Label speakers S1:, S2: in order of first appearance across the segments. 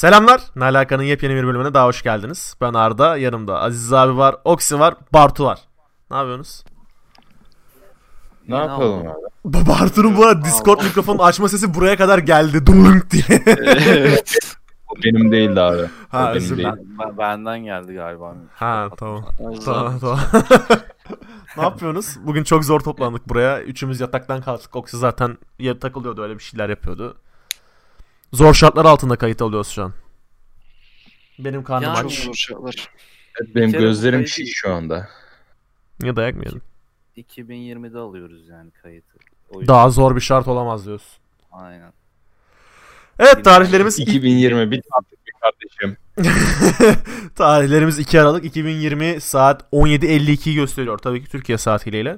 S1: Selamlar. Nalaka'nın yepyeni bir bölümüne daha hoş geldiniz. Ben Arda, yanımda Aziz abi var, Oksi var, Bartu var. Ne yapıyorsunuz?
S2: Ne
S3: Ne
S2: yapalım abi?
S1: Bartu'nun bu arada Discord mikrofon açma sesi buraya kadar geldi. Dunk diye.
S2: O benim değildi abi.
S1: ha
S2: O benim
S1: özür
S2: değil.
S1: dilerim.
S3: Ben- ben- benden geldi galiba.
S1: Ha tamam. tamam tamam. ne yapıyorsunuz? Bugün çok zor toplandık buraya. Üçümüz yataktan kalktık. Oksi zaten ya takılıyordu öyle bir şeyler yapıyordu. Zor şartlar altında kayıt alıyoruz şu an. Benim karnım
S3: Yani-
S1: aç.
S2: Evet, benim
S3: Bir kere bu
S2: gözlerim
S3: kaydı-
S2: şiş şu anda.
S1: Niye dayak mı yedin?
S3: 2020'de alıyoruz yani kayıtı. O yüzden-
S1: Daha zor bir şart olamaz diyoruz.
S3: Aynen.
S1: Evet tarihlerimiz
S2: 2020 bir tatlık bir kardeşim.
S1: Tarihlerimiz 2 Aralık 2020 saat 17.52'yi gösteriyor. Tabii ki Türkiye saat ile.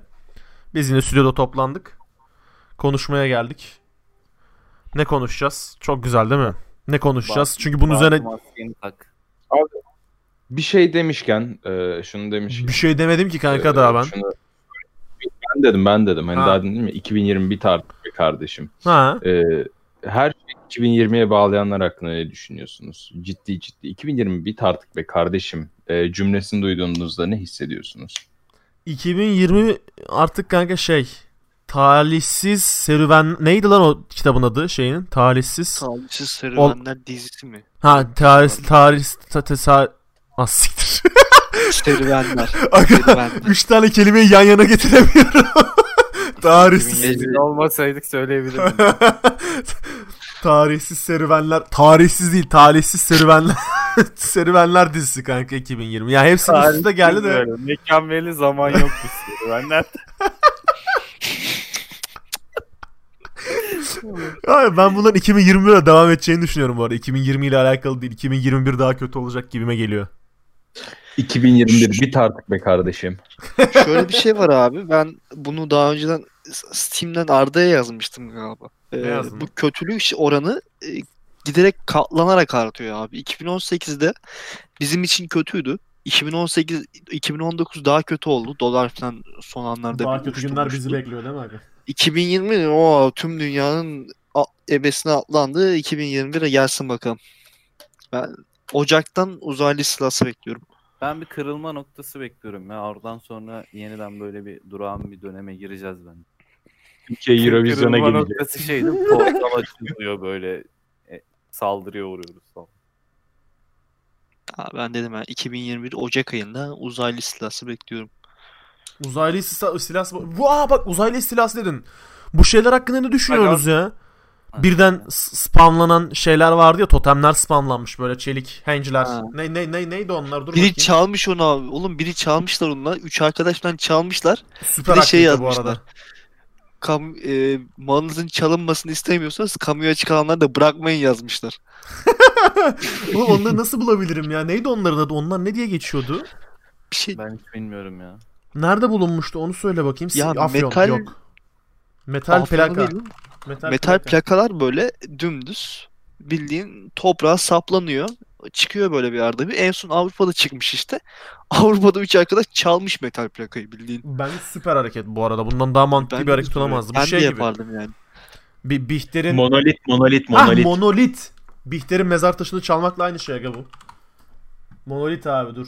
S1: Biz yine stüdyoda toplandık. Konuşmaya geldik. Ne konuşacağız? Çok güzel değil mi? Ne konuşacağız?
S3: Bak-
S1: Çünkü bunun
S3: bak-
S1: üzerine
S3: maskeni tak.
S2: Bir şey demişken, e, şunu demişken.
S1: bir şey demedim ki kanka
S2: e,
S1: daha
S3: Ee,
S1: ben.
S2: şunu- ben dedim ben dedim. Hani
S1: Ha.
S2: daha dedim ya 2020 bir tatlık bir kardeşim.
S1: Ha.
S2: E, her şey 2020'ye bağlayanlar hakkında ne düşünüyorsunuz? Ciddi ciddi. 2020 bir tartık be kardeşim e, cümlesini duyduğunuzda ne hissediyorsunuz?
S1: 2020 artık kanka şey talihsiz serüven neydi lan o kitabın adı şeyinin talihsiz
S4: Talihsiz Serüvenler dizisi mi?
S1: ha tarih tarih ta, tesa- Ah, siktir.
S4: Serüvenler.
S1: Aga,
S4: Serüvenler.
S1: Üç tane kelimeyi yan yana getiremiyorum. tarihsiz.
S3: Rezil olmasaydık söyleyebilirdim.
S1: tarihsiz serüvenler. Tarihsiz değil, talihsiz serüvenler. serüvenler dizisi kanka 2020. Ya hepsi üst üste geldi de.
S3: Böyle Mükemmeli zaman yok bir sürü. Ben nereden-
S1: Ay, ben bunların 2021'e devam edeceğini düşünüyorum bu arada. 2020 ile alakalı değil. 2021 daha kötü olacak gibime geliyor.
S2: 2021 bir tartık be kardeşim.
S4: Şöyle bir şey var abi. Ben bunu daha önceden S- Steam'den Arda'ya yazmıştım galiba. Ee,
S1: Ne yazdın?
S4: bu kötülük şi- oranı e, giderek katlanarak artıyor abi. 2018'de bizim için kötüydü. 2018 2019 daha kötü oldu. Dolar falan son anlarda bir uçtu uçtu.
S1: bekliyor değil mi abi?
S4: 2020 o tüm dünyanın a- ebesine atlandı. 2021'e e gelsin bakalım. Ben Ocak'tan uzaylı silahı bekliyorum.
S3: Ben bir kırılma noktası bekliyorum ya. Oradan sonra yeniden böyle bir durağan bir döneme gireceğiz ben.
S2: Türkiye Eurovision'a
S3: Kırılma
S2: gelecek.
S3: noktası şeydi. Portal açılıyor böyle. E, saldırıya uğruyoruz falan.
S4: Ha, ben dedim ben 2021 Ocak ayında uzaylı silahı bekliyorum.
S1: Uzaylı istila- istilası... Vaa bak uzaylı istilası dedin. Bu şeyler hakkında ne düşünüyorsunuz ya? Birden s- spamlanan şeyler vardı ya totemler spamlanmış böyle çelik henciler.
S4: Ha.
S1: Ne ne ne neydi onlar? Dur
S4: Biri
S1: bakayım.
S4: çalmış onu abi. Oğlum biri çalmışlar onunla. Üç arkadaştan çalmışlar.
S1: Süper
S4: bir de şey
S1: aktivite bu
S4: yazmışlar.
S1: arada.
S4: Kam e, malınızın çalınmasını istemiyorsanız kamuya çıkanlar da bırakmayın yazmışlar.
S1: Oğlum onları nasıl bulabilirim ya? Neydi onların adı? Onlar ne diye geçiyordu?
S4: Bir şey
S3: Ben hiç bilmiyorum ya.
S1: Nerede bulunmuştu onu söyle bakayım.
S4: Ya
S1: Si- Afyon
S4: metal-
S1: yok. Metal
S4: Aferin
S1: plaka.
S4: değil mi?
S1: Metal,
S4: Metal plakalar böyle dümdüz bildiğin toprağa saplanıyor. Çıkıyor böyle bir arada bir. En son Avrupa'da çıkmış işte. Avrupa'da üç arkadaş çalmış metal plakayı bildiğin.
S1: Ben süper hareket bu arada. Bundan daha mantıklı
S4: Ben
S1: bir
S4: de
S1: hareket
S4: üzülüyorum.
S1: olamazdı. Bu
S4: Ben
S1: şey
S4: de
S1: gibi.
S4: yapardım yani.
S1: Bir Bihter'in
S2: Monolit, monolit,
S1: Ah,
S2: monolit.
S1: monolit. Bihter'in mezar taşını çalmakla aynı şey aga bu. Monolit abi dur.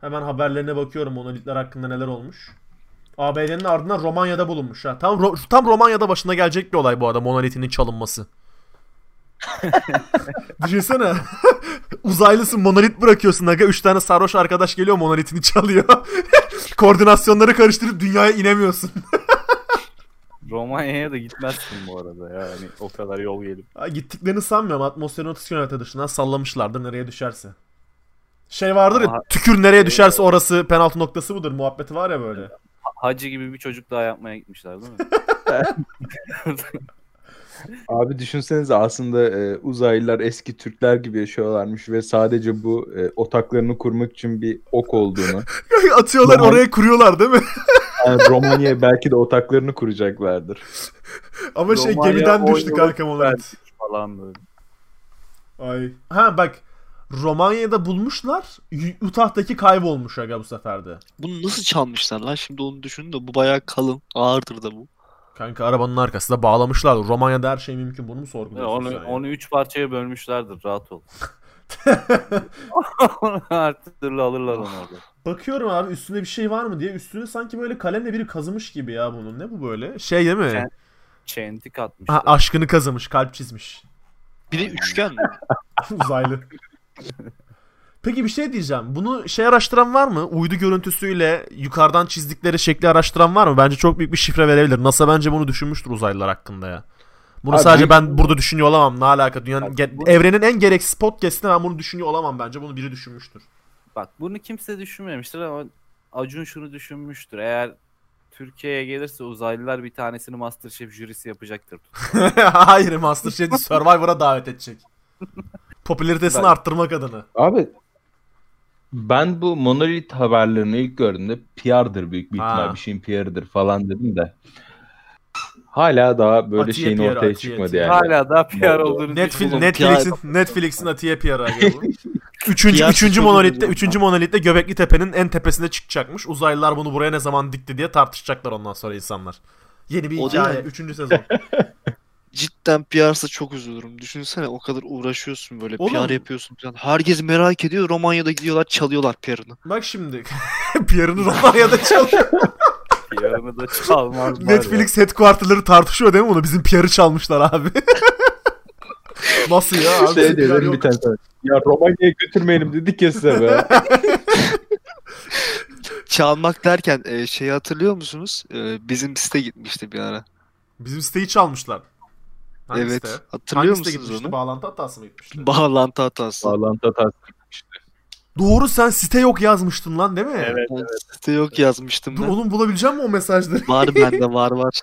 S1: Hemen haberlerine bakıyorum monolitler hakkında neler olmuş. ABD'nin ardından Romanya'da bulunmuş ha. Tam Ro- tam Romanya'da başına gelecek bir olay bu arada monolitinin çalınması. Düşünsene. Uzaylısın monolit bırakıyorsun aga. Üç tane sarhoş arkadaş geliyor monolitini çalıyor. Koordinasyonları karıştırıp dünyaya inemiyorsun.
S3: Romanya'ya da gitmezsin bu arada ya. Hani o kadar yol gelip.
S1: Ha, Gittiklerini sanmıyorum. Atmosferin 30 km dışından sallamışlardır nereye düşerse. Şey vardır ya
S3: Ama-
S1: tükür nereye düşerse orası penaltı noktası budur muhabbeti var ya böyle.
S3: Hacı gibi bir çocuk daha yapmaya gitmişler değil mi?
S2: Abi düşünsenize aslında e, uzaylılar eski Türkler gibi yaşıyorlarmış ve sadece bu e, otaklarını kurmak için bir ok olduğunu.
S1: Atıyorlar
S2: Normal.
S1: oraya kuruyorlar değil mi?
S2: Yani Romanya belki de otaklarını kuracaklardır.
S1: Ama şey
S3: Romanya
S1: gemiden düştü
S3: oynuyorlar.
S1: kanka monolit.
S3: falan böyle.
S1: Ay. Ha bak Romanya'da bulmuşlar. Y- Utah'taki kaybolmuş aga bu sefer de.
S4: Bunu nasıl çalmışlar lan? Şimdi onu düşünün de bu bayağı kalın. Ağırdır da bu.
S1: Kanka arabanın arkasında bağlamışlar. Romanya'da her şey mümkün. Bunu mu
S3: Ya
S1: sorguluyorsun
S3: Onu,
S1: sen ya?
S3: onu üç parçaya bölmüşlerdir rahat ol. Her türlü alırlar onu orada.
S1: Bakıyorum abi üstünde bir şey var mı diye. Üstünü sanki böyle kalemle biri kazımış gibi ya bunun. Ne bu böyle? Şey değil mi?
S3: Sen- Çentik atmışlar.
S1: Ha, aşkını kazımış. Kalp çizmiş.
S4: Bir de üçgen mi?
S1: Uzaylı. Peki bir şey diyeceğim. Bunu şey araştıran var mı? Uydu görüntüsüyle yukarıdan çizdikleri şekli araştıran var mı? Bence çok büyük bir şifre verebilir. NASA bence bunu düşünmüştür uzaylılar hakkında ya. Bunu
S2: Abi
S1: sadece
S2: bu-
S1: ben burada düşünüyor olamam. Ne alaka? Dünyanın
S3: Bak, bu-
S1: ge- evrenin en gereksiz podcast'inde ben bunu düşünüyor olamam bence. Bunu biri düşünmüştür.
S3: Bak bunu kimse düşünmemiştir ama Acun şunu düşünmüştür. Eğer Türkiye'ye gelirse uzaylılar bir tanesini Masterchef jürisi yapacaktır.
S1: Hayır MasterChef'i Survivor'a davet edecek. Popülaritesini
S3: Ben-
S1: arttırmak adına.
S2: Abi ben bu monolit haberlerini ilk gördüğümde PR'dır büyük bir ihtimal.
S1: Ha.
S2: Bir şeyin PR'dır falan dedim de. Hala daha böyle
S1: Atiye
S2: şeyin
S1: PR,
S2: ortaya
S1: Atiye,
S2: çıkmadı
S1: Atiye.
S2: yani.
S3: Hala daha PR
S2: Oldu.
S3: olduğunu
S1: Netflix,
S4: Oğlum,
S1: Netflix'in
S4: ya-
S1: Netflix'in Atiye PR'a geliyor. Üçüncü,
S4: Piyasa
S1: üçüncü
S4: sorunu
S1: monolitte,
S4: diyorum
S1: üçüncü monolitte Göbekli Tepe'nin en tepesinde çıkacakmış. Uzaylılar bunu buraya ne zaman dikti diye tartışacaklar ondan sonra insanlar. Yeni bir
S4: O değil
S1: hikaye.
S4: mi?
S1: Üçüncü sezon.
S4: Cidden PR'sa çok üzülürüm. Düşünsene o kadar uğraşıyorsun böyle
S1: Oğlum.
S4: PR yapıyorsun falan. Herkes merak ediyor. Romanya'da gidiyorlar çalıyorlar PR'ını.
S1: Bak şimdi. PR'ını Romanya'da çalıyor.
S3: PR'ını da çalmaz. bari.
S1: Netflix headquarter'ları tartışıyor değil mi bunu? Bizim PR'ı çalmışlar abi. Nasıl ya? Abi,
S2: Şey
S1: Bizim PR
S2: diyor,
S1: yok.
S2: bir tane sana, Ya Romanya'ya götürmeyelim dedik ya size be.
S4: Çalmak derken e, şeyi hatırlıyor musunuz? E, bizim site gitmişti bir ara.
S1: Bizim siteyi çalmışlar. Hangi
S4: evet.
S1: site?
S4: Hatırlıyor
S1: Hangi site
S4: musunuz
S1: gitmişti?
S4: onu?
S1: Bağlantı hatası mı gitmişti?
S4: Bağlantı hatası.
S2: Bağlantı hatası çıkmıştı.
S1: Doğru sen site yok yazmıştın lan değil mi?
S2: Evet.
S4: Ben Site yok yazmıştım
S1: Dur
S4: ben.
S1: oğlum bulabileceğim mi o mesajları?
S4: Var bende var var.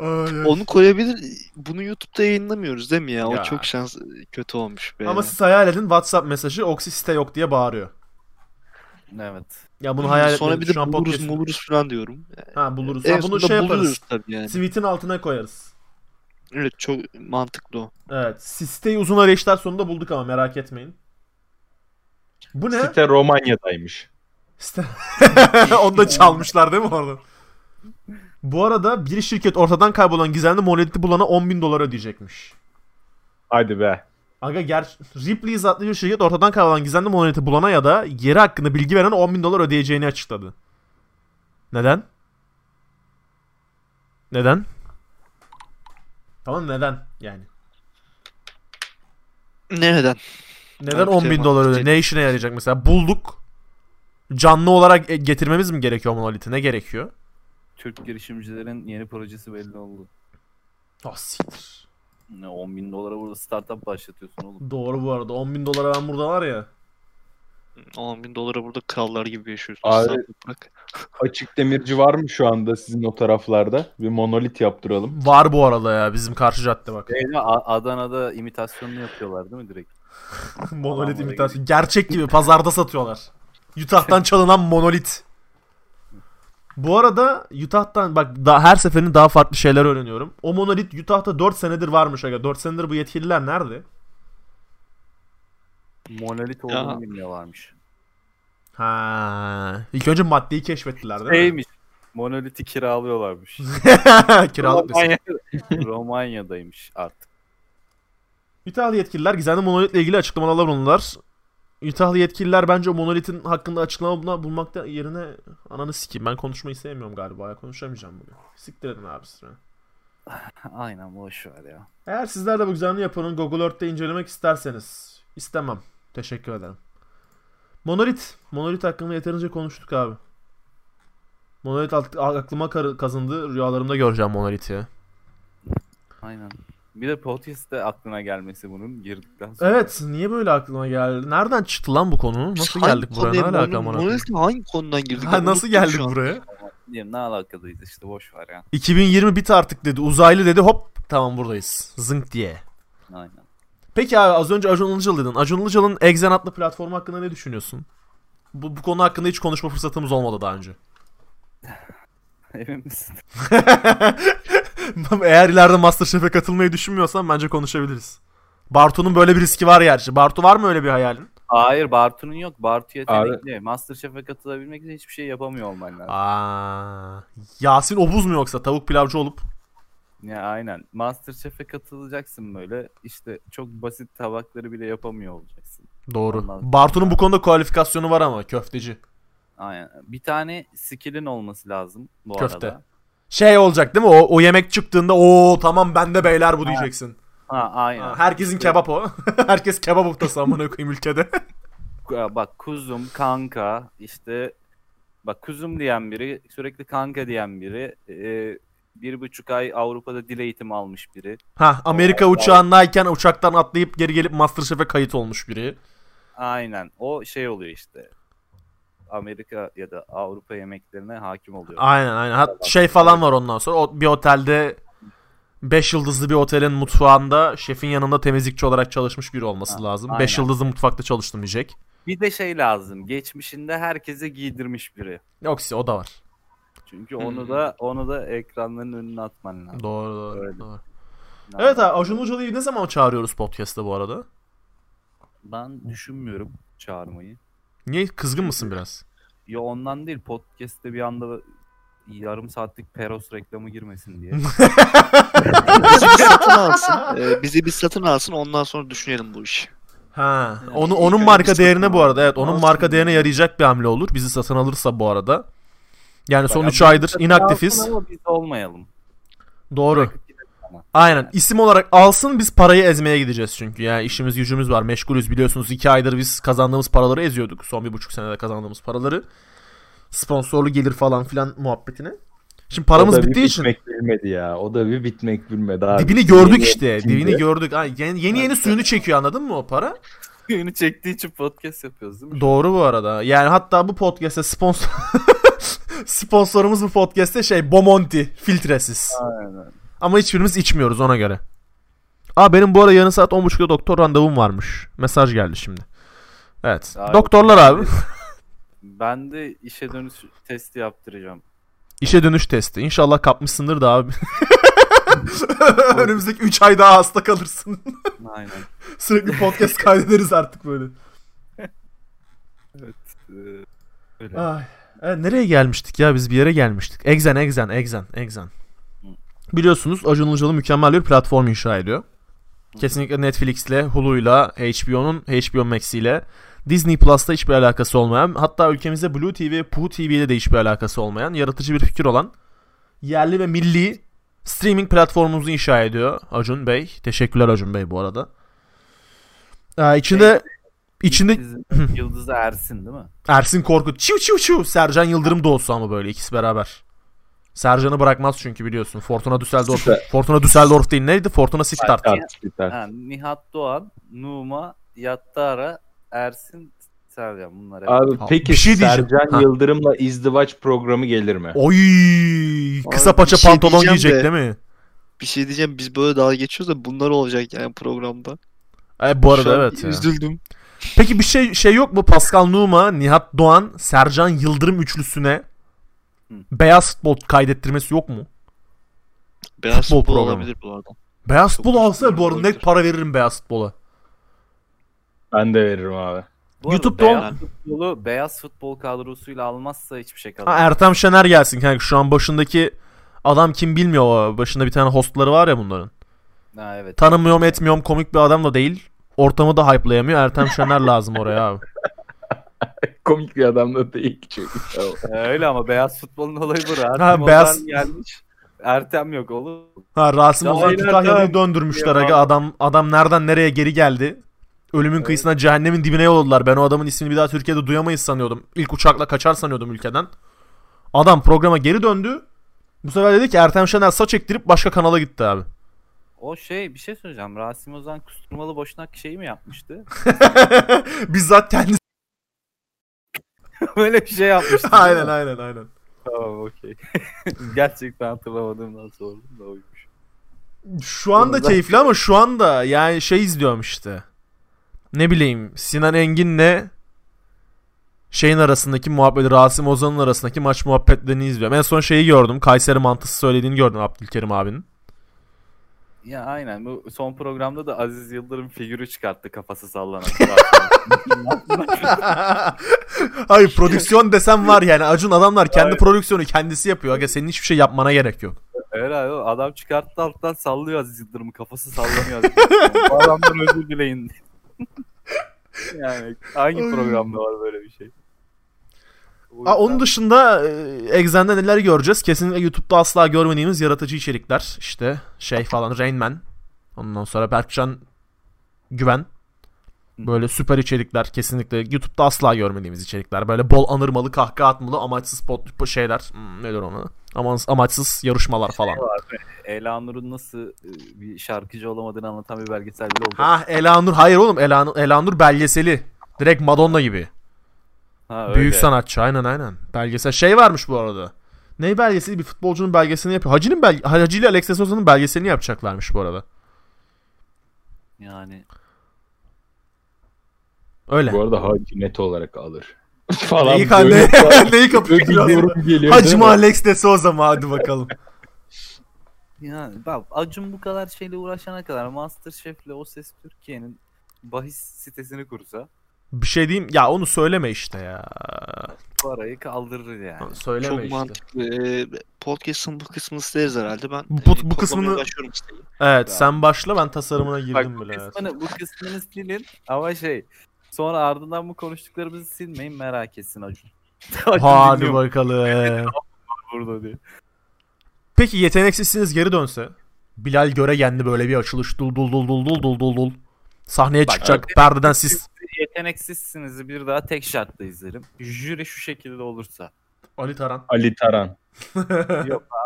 S1: Ay, ay.
S4: Onu koyabilir. Bunu YouTube'da yayınlamıyoruz değil mi ya? O
S1: Ya.
S4: çok şans kötü olmuş be.
S1: Ama siz hayal edin WhatsApp mesajı oksi site yok diye bağırıyor.
S3: Evet.
S1: Ya bunu hayal
S4: Sonra
S1: etmedim.
S4: bir de
S1: Şu an
S4: buluruz
S1: podcast'ı-
S4: buluruz falan diyorum.
S1: Ha buluruz.
S4: En
S1: Ha, bunu
S4: sonunda
S1: şey yaparız.
S4: buluruz tabii yani.
S1: Tweet'in altına koyarız.
S4: Evet çok mantıklı o.
S1: Evet. Siteyi uzun arayışlar sonunda bulduk ama merak etmeyin. Bu ne?
S2: Site Romanya'daymış.
S1: Site. Onu da çalmışlar değil mi orada? Bu arada bir şirket ortadan kaybolan gizemli monoliti bulana 10 bin dolar ödeyecekmiş.
S2: Hadi be.
S1: Aga ger Ripley's adlı bir şirket ortadan kaybolan gizemli monoliti bulana ya da yeri hakkında bilgi veren 10 bin dolar ödeyeceğini açıkladı. Neden? Neden? Tamam neden yani?
S4: Nereden?
S1: Neden
S4: Abi
S1: 10
S4: şey
S1: bin
S4: var,
S1: dolar ödedi?
S4: şey-
S1: Ne işine yarayacak mesela? Bulduk. Canlı olarak e, getirmemiz mi gerekiyor monoliti? Ne gerekiyor?
S3: Türk girişimcilerin yeni projesi belli oldu.
S1: Ah siktir.
S3: Ne 10 bin dolara burada startup başlatıyorsun oğlum.
S1: Doğru bu arada. 10 bin dolara ben burada var ya.
S4: 10 bin dolara burada krallar gibi yaşıyorsun.
S2: Abi-
S4: Sen bırak.
S2: Açık demirci var mı şu anda sizin o taraflarda? Bir monolit yaptıralım.
S1: Var bu arada ya. Bizim karşı cadde bak.
S3: Şeyde, A- Adana'da imitasyonunu yapıyorlar değil mi direkt?
S1: monolit
S3: Adamlara
S1: imitasyonu. Gerçek gibi. Pazarda satıyorlar. Utah'tan çalınan monolit. Bu arada Utah'tan bak daha her seferinde daha farklı şeyler öğreniyorum. O monolit Utah'ta 4 senedir varmış aga. 4 senedir bu yetkililer nerede?
S3: Monolit olduğunu bilmiyorlarmış.
S1: Ha. İlk önce maddeyi keşfettiler değil mi?
S3: Neymiş? Monolit'i kiralıyorlarmış.
S1: Kiralık desin.
S3: Romanya'daymış artık.
S1: Utah'lı yetkililer gizemli monolitle ilgili açıklamalar bulundular. Utah'lı yetkililer bence o monolitin hakkında açıklama buna- bulmakta yerine ananı sikeyim. Ben konuşmayı sevmiyorum galiba. Ya. Konuşamayacağım bugün. Siktir edin abi sıra.
S3: Aynen boş ver ya.
S1: Eğer sizler de bu gizemli yapının Google Earth'te incelemek isterseniz. istemem. Teşekkür ederim. Monolit. Monolit hakkında yeterince konuştuk abi. Monolit alt- aklıma kar- kazındı. Rüyalarımda göreceğim monoliti.
S3: Aynen. Bir de podcast'te aklına gelmesi bunun girdikten sonra.
S1: Evet. Niye böyle aklıma geldi? Nereden çıktı lan bu konu? Nasıl
S4: Hangi
S1: geldik buraya? Ne
S4: konuya-
S1: alaka?
S4: Mon-
S1: amına koyayım?
S4: Monolith'le hangi konudan girdik?
S1: Ha,
S4: Ben
S1: nasıl
S4: unuttum
S1: geldik
S4: şu an.
S1: buraya?
S3: Diyeyim, ne alakadayız işte boş ver ya.
S1: 2020 bit artık dedi. Uzaylı dedi. Hop tamam buradayız. Zınk diye.
S3: Aynen.
S1: Peki abi az önce Acun Ilıcalı dedin. Acun Ilıcalı'nın Exen adlı platformu hakkında ne düşünüyorsun? Bu, bu konu hakkında hiç konuşma fırsatımız olmadı daha önce.
S3: Emin misin?
S1: Eğer ileride Masterchef'e katılmayı düşünmüyorsan bence konuşabiliriz. Bartu'nun böyle bir riski var gerçi. Bartu var mı öyle bir hayalin?
S3: Hayır Bartu'nun yok. Bartu
S2: Abi-
S3: yetenekli. Masterchef'e katılabilmek için hiçbir şey yapamıyor olman lazım.
S1: Aa, Yasin Obuz mu yoksa tavuk pilavcı olup?
S3: Ya aynen. Masterchef'e katılacaksın böyle. İşte çok basit tabakları bile yapamıyor olacaksın.
S1: Doğru.
S3: Anladım.
S1: Bartu'nun bu konuda kualifikasyonu var ama köfteci.
S3: Aynen. Bir tane skill'in olması lazım bu
S1: Köfte.
S3: arada.
S1: Şey olacak değil mi? O, o yemek çıktığında o tamam bende beyler bu diyeceksin.
S3: Ha aynen.
S1: Ha, herkesin kebap o. Herkes kebap uftası amına koyayım ülkede.
S3: Ku- Bak kuzum, kanka işte bak kuzum diyen biri, sürekli kanka diyen biri, e, bir buçuk ay Avrupa'da dil eğitimi almış biri.
S1: ha Amerika uçağındayken uçaktan atlayıp geri gelip Masterchef'e kayıt olmuş biri.
S3: Aynen. O şey oluyor işte. Amerika ya da Avrupa yemeklerine hakim oluyor.
S1: Aynen aynen. Hat şey falan var ondan sonra. O, bir otelde 5 yıldızlı bir otelin mutfağında şefin yanında temizlikçi olarak çalışmış biri olması
S3: Ha,
S1: lazım.
S3: aynen.
S1: 5 yıldızlı mutfakta çalıştım diyecek.
S3: Bir de şey lazım. Geçmişinde herkese giydirmiş biri.
S1: Yoksa o da var.
S3: Çünkü onu
S2: Hmm.
S3: da onu da ekranların önüne atman lazım.
S1: Doğru doğru.
S3: Öyle.
S1: doğru. Evet abi Acun Ilıcalı'yı ne zaman çağırıyoruz podcast'ta bu arada?
S3: Ben düşünmüyorum çağırmayı.
S1: Niye kızgın mısın biraz?
S3: Ya ondan değil podcast'te bir anda yarım saatlik Peros reklamı girmesin diye.
S4: Bizi bir satın alsın. Ee, bizi bir satın alsın ondan sonra düşünelim bu işi.
S1: Ha.
S3: Yani
S1: Onu
S3: ilk
S1: onun
S3: önce
S1: marka
S3: satın
S1: değerine bu
S3: al-
S1: arada. Evet, onun
S3: alsın
S1: marka
S3: diye.
S1: değerine yarayacak bir hamle olur. Bizi satın alırsa bu arada. Yani son
S3: Bayağı
S1: 3 aydır inaktifiz.
S3: Alsın ama biz olmayalım.
S1: Doğru.
S3: Bırakıp gidelim.
S1: Aynen. İsim olarak alsın biz parayı ezmeye gideceğiz çünkü. Yani işimiz gücümüz var. Meşgulüz biliyorsunuz. 2 aydır biz kazandığımız paraları eziyorduk. Son bir buçuk senede kazandığımız paraları. Sponsorlu gelir falan filan muhabbetine. Şimdi paramız
S2: O da bir
S1: bittiği için.
S2: bitmek bilmedi ya. O da bir bitmek bilmedi abi.
S1: Dibini
S2: Yeni-
S1: gördük işte.
S2: Şimdi-
S1: Dibini gördük. Ay, yeni yeni, yeni
S3: Evet.
S1: suyunu çekiyor anladın mı o para?
S3: Yeni çektiği için podcast yapıyoruz değil mi?
S1: Doğru bu arada. Yani hatta bu podcast'e sponsor sponsorumuz bu podcast'te şey Bomonti filtresiz.
S3: Aynen.
S1: Ama hiçbirimiz içmiyoruz ona göre. Aa benim bu ara yarın saat 10.30'da doktor randevum varmış. Mesaj geldi şimdi. Evet.
S3: Abi,
S1: Doktorlar abi.
S3: Ben de işe dönüş testi yaptıracağım.
S1: İşe dönüş testi. İnşallah kapmışsındır da abi. Önümüzdeki 3 ay daha hasta kalırsın.
S3: Aynen.
S1: Sürekli podcast kaydederiz artık böyle.
S3: Ee, öyle.
S1: Ay. E, nereye gelmiştik ya biz bir yere gelmiştik. Exen, Exen, Exen, Exen. Biliyorsunuz Acun Ilıcalı mükemmel bir platform inşa ediyor. Kesinlikle Netflix'le, Hulu'yla, HBO'nun, HBO Max'iyle, Disney Plus'ta hiçbir alakası olmayan, hatta ülkemizde Blue TV, Puhu TV ile de hiçbir alakası olmayan, yaratıcı bir fikir olan yerli ve milli streaming platformumuzu inşa ediyor Acun Bey. Teşekkürler Acun Bey bu arada. Ee, içinde içinde
S3: İlk dizinin Yıldız Ersin değil mi?
S1: Ersin Korkut. Çiv çiv çiv. Sercan Yıldırım da olsa ama böyle ikisi beraber. Sercan'ı bırakmaz çünkü biliyorsun. Fortuna Düsseldorf.
S2: Süper.
S1: Fortuna Düsseldorf değil neydi? Fortuna Sittard.
S2: Start, start.
S3: Ha, Nihat Doğan, Numa, Yattara, Ersin, Sercan bunlar. hep.
S2: Abi
S1: Ha,
S2: peki
S1: bir şey diyeceğim.
S2: Sercan
S1: Ha.
S2: Yıldırım'la izdivaç programı gelir mi?
S1: Oy! Kısa
S4: Abi
S1: paça
S4: bir şey
S1: pantolon
S4: diyeceğim
S1: giyecek
S4: de.
S1: değil mi?
S4: Bir şey diyeceğim biz böyle dalga geçiyoruz da bunlar olacak yani programda.
S1: E, bu
S4: Şu an
S1: arada evet. ya.
S4: Üzüldüm.
S1: Peki bir şey şey yok mu? Pascal Numa, Nihat Doğan, Sercan Yıldırım üçlüsüne
S3: Hı.
S1: beyaz futbol kaydettirmesi yok mu?
S4: Beyaz
S1: Futbol
S4: futbol,
S1: programı.
S4: olabilir bu arada.
S1: Beyaz
S4: Çok
S1: futbol
S4: güzel
S1: alsa
S4: bir
S1: bu arada net
S4: olabilir.
S1: para veririm beyaz futbola.
S2: Ben de veririm abi.
S3: Bu arada
S1: YouTube'da
S3: beyaz
S4: olan-
S3: futbolu beyaz futbol kadrosuyla almazsa hiçbir şey
S1: Ha,
S3: kalmaz.
S1: Ertem Şener gelsin kanka. Şu an başındaki adam kim bilmiyor. o. Başında bir tane hostları var ya bunların.
S3: Ha, evet.
S1: tanımıyorum etmiyorum komik bir adam da değil. Ortamı da hype'layamıyor. Ertem Şener lazım oraya abi.
S2: Komik bir adam da değil çünkü.
S3: Ee, Öyle ama beyaz futbolun olayı bu. Ertem
S1: Ha,
S3: Ozan
S1: beyaz-
S3: gelmiş. Ertem yok oğlum.
S1: Ha Rasim
S3: Ya
S1: Ozan
S3: aynen,
S1: Kütahya'yı
S3: tamam.
S1: döndürmüşler
S3: Ya.
S1: aga. Adam adam nereden nereye geri geldi. Ölümün kıyısına cehennemin dibine yolladılar. Ben o adamın ismini bir daha Türkiye'de duyamayız sanıyordum. İlk uçakla kaçar sanıyordum ülkeden. Adam programa geri döndü. Bu sefer dedi ki Ertem Şener saç ektirip başka kanala gitti abi.
S3: O şey bir şey söyleyeceğim. Rasim Ozan kusturmalı boşnak şeyi mi yapmıştı?
S1: Bizzat kendisi.
S3: Böyle bir şey yapmıştı. değil mi?
S1: aynen aynen aynen.
S3: Tamam okey. Gerçekten hatırlamadığımdan sordum da oymuş.
S1: Şu anda
S3: Orada-
S1: keyifli ama şu anda yani şey izliyorum işte. Ne bileyim Sinan Engin'le şeyin arasındaki muhabbeti Rasim Ozan'ın arasındaki maç muhabbetlerini izliyorum. En son şeyi gördüm. Kayseri mantısı söylediğini gördüm Abdülkerim abinin.
S3: Ya aynen bu son programda da Aziz Yıldırım figürü çıkarttı kafası sallanan.
S1: Hayır prodüksiyon desem var yani. Acun adamlar kendi
S3: Hayır.
S1: prodüksiyonu kendisi yapıyor. Aga senin hiçbir şey yapmana gerek yok.
S3: Öyle abi o adam çıkarttı alttan sallıyor Aziz Yıldırım'ı kafası sallanıyor Aziz Yıldırım'ın. Bu adamdan özür dileyin. yani hangi
S1: Ay.
S3: programda var böyle bir şey? O
S1: Aa, onun
S3: yüzden-
S1: dışında e, Exxen'de neler göreceğiz? Kesinlikle YouTube'da asla görmediğimiz yaratıcı içerikler. İşte şey falan Rain Man. Ondan sonra Berkcan Güven. Böyle süper içerikler kesinlikle YouTube'da asla görmediğimiz içerikler. Böyle bol anırmalı, kahkaha atmalı, amaçsız pot şeyler. Hmm, ne diyor ona? Ama- amaçsız yarışmalar
S3: Şey
S1: falan.
S3: Elanur'un nasıl e, bir şarkıcı olamadığını anlatan bir belgesel bile oldu.
S1: Ha Elanur. Hayır oğlum Elanur, Elanur belgeseli. Direkt Madonna gibi.
S3: Ha,
S1: Büyük
S3: öyle.
S1: sanatçı aynen aynen. Belgesel şey varmış bu arada. Ney belgeseli? Bir futbolcunun belgeselini yapıyor. Hacı'nın bel Hacı ile Alexis Sosa'nın belgeselini yapacaklarmış bu arada.
S3: Yani
S1: Öyle.
S2: Bu arada Hacı net olarak alır. Falan
S1: Neyi, kan-
S2: böyle-
S1: neyi
S2: böyle
S1: kapatıyorsun?
S2: yorum geliyor.
S1: Hacı
S2: değil
S1: mı
S2: mi?
S1: Alex de Sosa mı? Hadi bakalım.
S3: Yani bak Acun bu kadar şeyle uğraşana kadar Masterchef'le O Ses Türkiye'nin bahis sitesini kursa
S1: Bir şey diyeyim. Ya onu söyleme işte ya.
S3: parayı kaldırır yani.
S1: Söyleme
S4: Çok
S1: işte.
S4: mantıklı. Ee, podcast'ın bu kısmını sileriz herhalde. Ben
S1: Bu- bu
S4: e, toplamaya
S1: kısmını-
S4: uğraşıyorum siteyi.
S1: Evet sen başla ben tasarımına
S3: Bak
S1: girdim
S3: bu
S1: bile. evet.
S3: kısmını, bu kısmını silin ama şey sonra ardından bu konuştuklarımızı silmeyin merak etsin Acun. Acun
S1: Hadi
S3: dinliyor
S1: bakalım.
S3: burada diye.
S1: Peki yeteneksizsiniz geri dönse. Bilal Göregenli böyle bir açılış dul dul dul dul dul dul dul dul. Sahneye çıkacak perdeden siz.
S3: Yeteneksizsiniz bir daha tek şartla izlerim. Jüri şu şekilde olursa.
S1: Ali Taran.
S2: Ali Taran.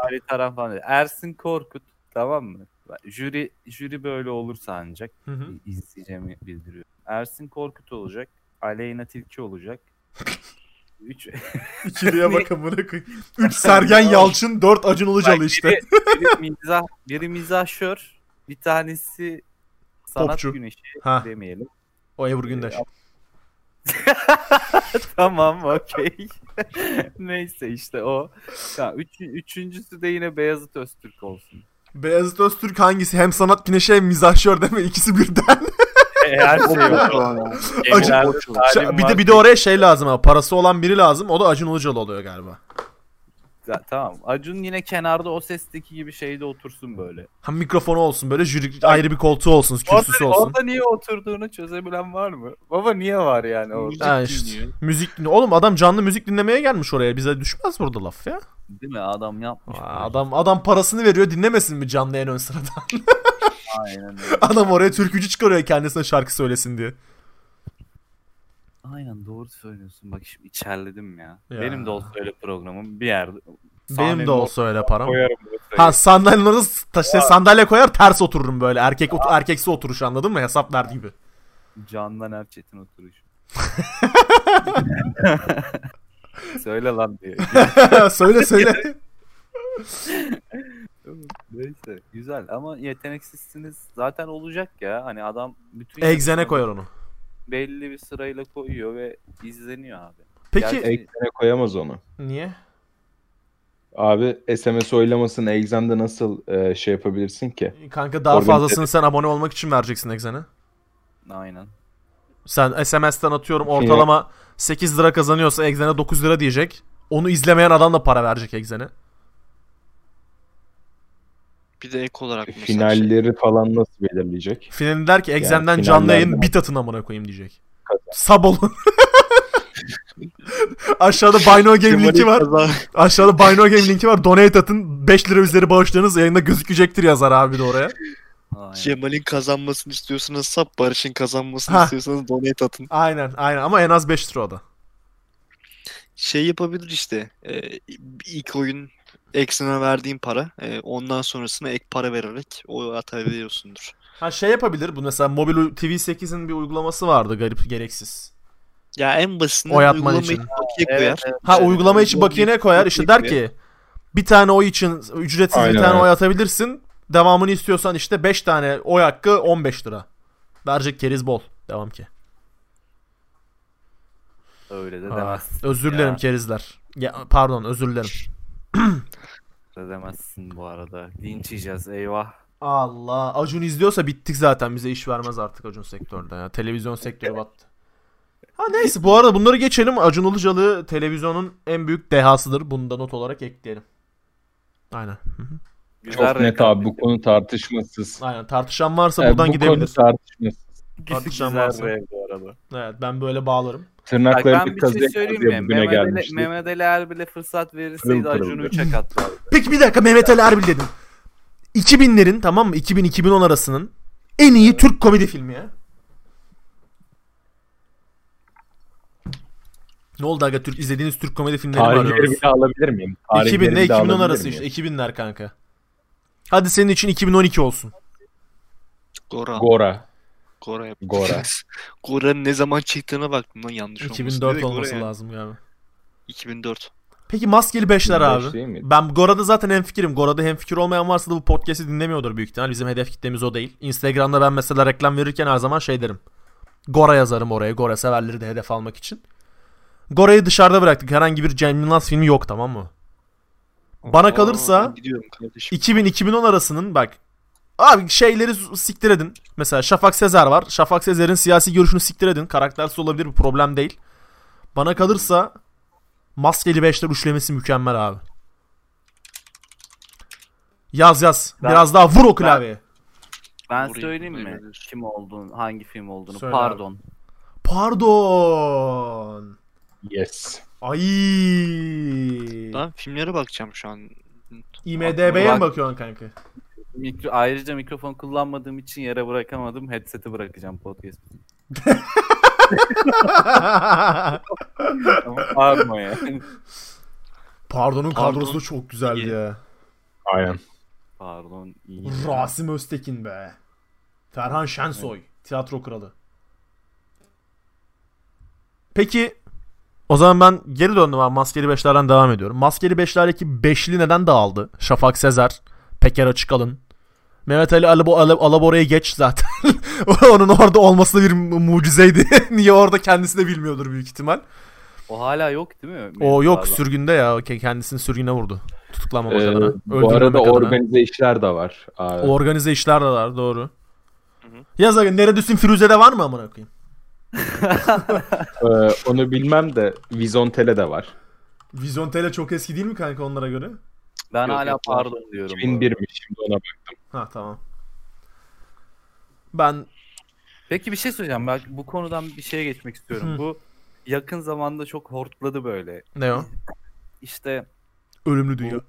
S3: Ali Taran falan değil. Ersin Korkut tamam mı? Bak, Jüri jüri böyle olursa ancak
S1: Hı hı.
S3: izleyeceğimi bildiriyor. Ersin Korkut olacak. Aleyna Tilki olacak. 3
S1: İkiliye bak amına koyayım. 3 Sergen Yalçın, 4 Acun Ilıcalı işte.
S3: Biri, biri mizah, biri mizahşör, bir tanesi sanat
S1: Popçu.
S3: güneşi
S1: Ha,
S3: demeyelim.
S1: o Ebru Gündeş.
S3: tamam okey. Neyse işte o. Ya, üç, üçüncüsü de yine Beyazıt Öztürk olsun.
S1: Beyazıt Öztürk hangisi? Hem sanat güneşi hem mizahşör deme ikisi birden.
S3: Her şey var.
S1: Acun-
S3: Genel
S4: Boş olan.
S3: talim
S1: bir de
S3: var.
S1: bir de oraya şey lazım ama parası olan biri lazım. O da Acun Ilıcalı oluyor galiba.
S3: Ya, tamam. Acun yine kenarda o sesteki gibi şeyde otursun böyle.
S1: Hem mikrofonu olsun böyle jüri ayrı bir koltuğu olsun, kürsüsü
S3: Orada,
S1: olsun.
S3: orada niye oturduğunu çözebilen var mı? Baba niye var yani orada?
S1: Ha
S4: müzik
S1: işte.
S4: dinliyor.
S1: Müzik dinle- Oğlum adam canlı müzik dinlemeye gelmiş oraya. Bize düşmez burada laf ya.
S3: Değil mi? Adam yapmış.
S1: Aa, adam adam parasını veriyor dinlemesin mi canlı en ön sırada?
S3: Aynen öyle.
S1: adam oraya türkücü çıkarıyor kendisine şarkı söylesin diye.
S3: Aynen doğru söylüyorsun. Bak şimdi içerledim ya.
S1: Ya.
S3: Benim de olsa öyle programım bir yerde.
S1: Benim
S3: Sahnenin
S1: de olsa öyle param.
S3: Koyarım burası.
S1: Ha sandalyenin orası ta- şey, sandalye koyar ters otururum böyle. Erkek otu- erkeksi oturuş anladın mı? Hesap verdi gibi.
S3: Candan Erçetin oturuşu. Söyle lan diye.
S1: söyle söyle.
S3: Neyse güzel ama yeteneksizsiniz zaten olacak ya. Hani adam bütün
S1: Egzene
S3: yarışmaları
S1: koyar onu.
S3: Belli bir sırayla koyuyor ve izleniyor abi.
S1: Peki
S3: Gerçi-
S2: Ekrana koyamaz onu.
S1: niye?
S2: Abi SMS oylamasını egzamda nasıl e, şey yapabilirsin ki?
S1: Kanka daha
S2: Organize-
S1: fazlasını sen abone olmak için vereceksin Egzen'e.
S3: Aynen.
S1: Sen SMS'ten atıyorum ortalama 8 lira kazanıyorsa Egzen'e 9 lira diyecek. Onu izlemeyen adam da para verecek Egzen'e.
S4: Bir de ek olarak mesela şey,
S2: Finalleri falan nasıl belirleyecek?
S1: Finalinde der ki Egzen'den
S2: finallerden-
S1: canlı yayın bit atın amına koyayım diyecek. Sab olun. Aşağıda Bino Game linki var.
S4: Kaza-
S1: Aşağıda Buy No Game linki var. Donate atın. 5 lira üzeri bağışlarınız yayında gözükecektir yazar abi de oraya.
S3: Aynen.
S4: Cemal'in kazanmasını istiyorsanız sap, Barış'ın kazanmasını
S1: Ha.
S4: istiyorsanız donate atın.
S1: Aynen aynen ama en az 5 lira o da.
S4: Şey yapabilir işte. E, ilk oyun eksene verdiğin para. e, ondan sonrasına ek para vererek o atabiliyorsundur.
S1: Ha şey yapabilir bu mesela mobil u- TV8'in bir uygulaması vardı garip gereksiz.
S4: Ya en basitinden
S1: O yapman
S4: uygulama
S1: için.
S4: için bakiye
S3: Evet,
S4: koyar.
S3: evet.
S1: Ha
S4: Evet,
S1: uygulama için
S4: uygulama
S1: bakiyene
S4: için
S1: koyar işte der ki bir tane oy için ücretsiz bir
S2: Aynen
S1: tane
S2: öyle.
S1: oy atabilirsin. Devamını istiyorsan işte 5 tane oy hakkı 15 lira. Verecek keriz bol. Devam ki.
S3: Öyle de
S1: Aa,
S3: demezsin.
S1: özür dilerim
S3: ya.
S1: kerizler. Ya, pardon özür dilerim.
S3: Öyle demezsin bu arada. Linç yiyeceğiz eyvah.
S1: Allah. Acun izliyorsa bittik zaten. Bize iş vermez artık Acun sektörde. Ya. Televizyon sektörü battı. Ha neyse bu arada bunları geçelim. Acun Ilıcalı televizyonun en büyük dehasıdır. Bunu da not olarak ekleyelim. Aynen.
S2: Çok net abi bu konu tartışmasız.
S1: Aynen tartışan varsa
S2: Yani
S1: buradan
S2: bu
S1: gidebilir.
S2: konu tartışmasız.
S1: tartışan
S3: Güzel
S1: varsa.
S3: rev bu arada.
S1: Evet ben böyle bağlarım.
S3: Bak ben
S2: Tırnaklarını
S3: bir şey
S2: kazıya
S3: söyleyeyim
S2: kazıya
S3: mi?
S2: bugüne
S3: Mehmet Ali,
S2: gelmişti.
S3: Mehmet Ali Erbil'e fırsat
S2: Pırıl
S3: verirseydi
S2: pırıl.
S3: Acun'u 3'e katlardı.
S1: Peki bir dakika Mehmet Ali Erbil dedim. 2000'lerin tamam mı? 2000-2010 arasının en iyi Türk komedi filmi ya. Ne oldu aga Türk izlediğiniz Türk komedi filmleri mi
S2: Tarihleri
S1: arıyoruz?
S2: bile alabilir miyim? Tarihleri
S1: 2000 ile
S2: bile
S1: 2010
S2: alabilir
S1: arası
S2: miyim?
S1: işte 2000'ler kanka. Hadi senin için 2012 olsun.
S4: Gora.
S2: Gora.
S4: Gora yap.
S2: Gora.
S4: Gora'nın ne zaman çıktığına baktım lan yanlış olmasın.
S1: 2004
S4: Direkt Gora
S1: olması
S4: yani.
S1: lazım galiba.
S4: 2004.
S1: Peki maskeli 5'ler
S2: 2005 değil
S1: abi.
S2: miydi?
S1: Ben Gora'da zaten hemfikirim. Gora'da hemfikir olmayan varsa da bu podcast'i dinlemiyordur büyük ihtimal. Bizim hedef kitlemiz o değil. Instagram'da ben mesela reklam verirken her zaman şey derim. Gora yazarım oraya. Gora severleri de hedef almak için. Gora'yı dışarıda bıraktık. Herhangi bir Cem Yılmaz filmi yok tamam mı? Bana
S4: Aa,
S1: kalırsa
S4: gidiyorum kardeşim.
S1: 2000-2010 arasının bak Abi şeyleri s- siktir edin. Mesela Şafak Sezer var. Şafak Sezer'in siyasi görüşünü siktir edin. Karaktersiz olabilir bir problem değil. Bana kalırsa maskeli beşler üçlemesi mükemmel abi. Yaz yaz.
S3: Ben-
S1: Biraz daha vur o klavyeye.
S3: Ben
S4: Vurayım,
S3: söyleyeyim mi?
S4: vurayım.
S3: Kim olduğunu, hangi film olduğunu.
S1: Söyle abi.
S3: Pardon.
S1: Pardon.
S2: Yes.
S1: Ay.
S4: Lan filmlere bakacağım şu an.
S1: IMDB'ye mi
S3: Bak-
S1: bakıyorsun kanka?
S3: Mikro, ayrıca mikrofon kullanmadığım için yere bırakamadım. Headset'i bırakacağım podcast. Tamam, Pardon ya.
S1: Pardon'un
S4: Pardon.
S1: kadrosu da çok güzeldi ya.
S2: Aynen.
S3: Pardon. iyi.
S1: Rasim Öztekin be. Ferhan Şensoy. Tiyatro kralı. Peki o zaman ben geri döndüm abi. Maskeli Beşler'den devam ediyorum. Maskeli Beşler'deki beşli neden dağıldı? Şafak Sezer, Peker Açıkalın. Mehmet Ali Alabo, Ala- Alabora'ya geç zaten. Onun orada olması da bir mu- mucizeydi. Niye orada kendisi de bilmiyordur büyük ihtimal.
S3: O hala yok değil mi?
S1: O yok
S3: Pardon.
S1: sürgünde ya. Ke- Kendisini sürgüne vurdu. Tutuklanma
S2: Ee,
S1: adına.
S2: bu
S1: Öldürülmemek
S2: arada
S1: adına.
S2: organize işler de var. Aa,
S1: O Organize işler de var doğru.
S4: hı.
S1: Yaz aga Neredüs'ün Firuze'de var mı amına koyayım?
S2: e, onu bilmem de Vizontele de var.
S1: Vizyon Tele çok eski değil mi kanka onlara göre?
S3: Ben
S2: Yok,
S3: hala
S2: yok, var.
S3: pardon diyorum. bu arada. Şey
S2: 2001'miş şimdi ona bak.
S1: Ha tamam. Ben
S3: Peki bir şey söyleyeceğim. Ben bu konudan bir şeye geçmek
S1: Hı.
S3: istiyorum. bu yakın zamanda çok hortladı böyle.
S1: ne o?
S3: İşte
S1: Ölümlü Dünya.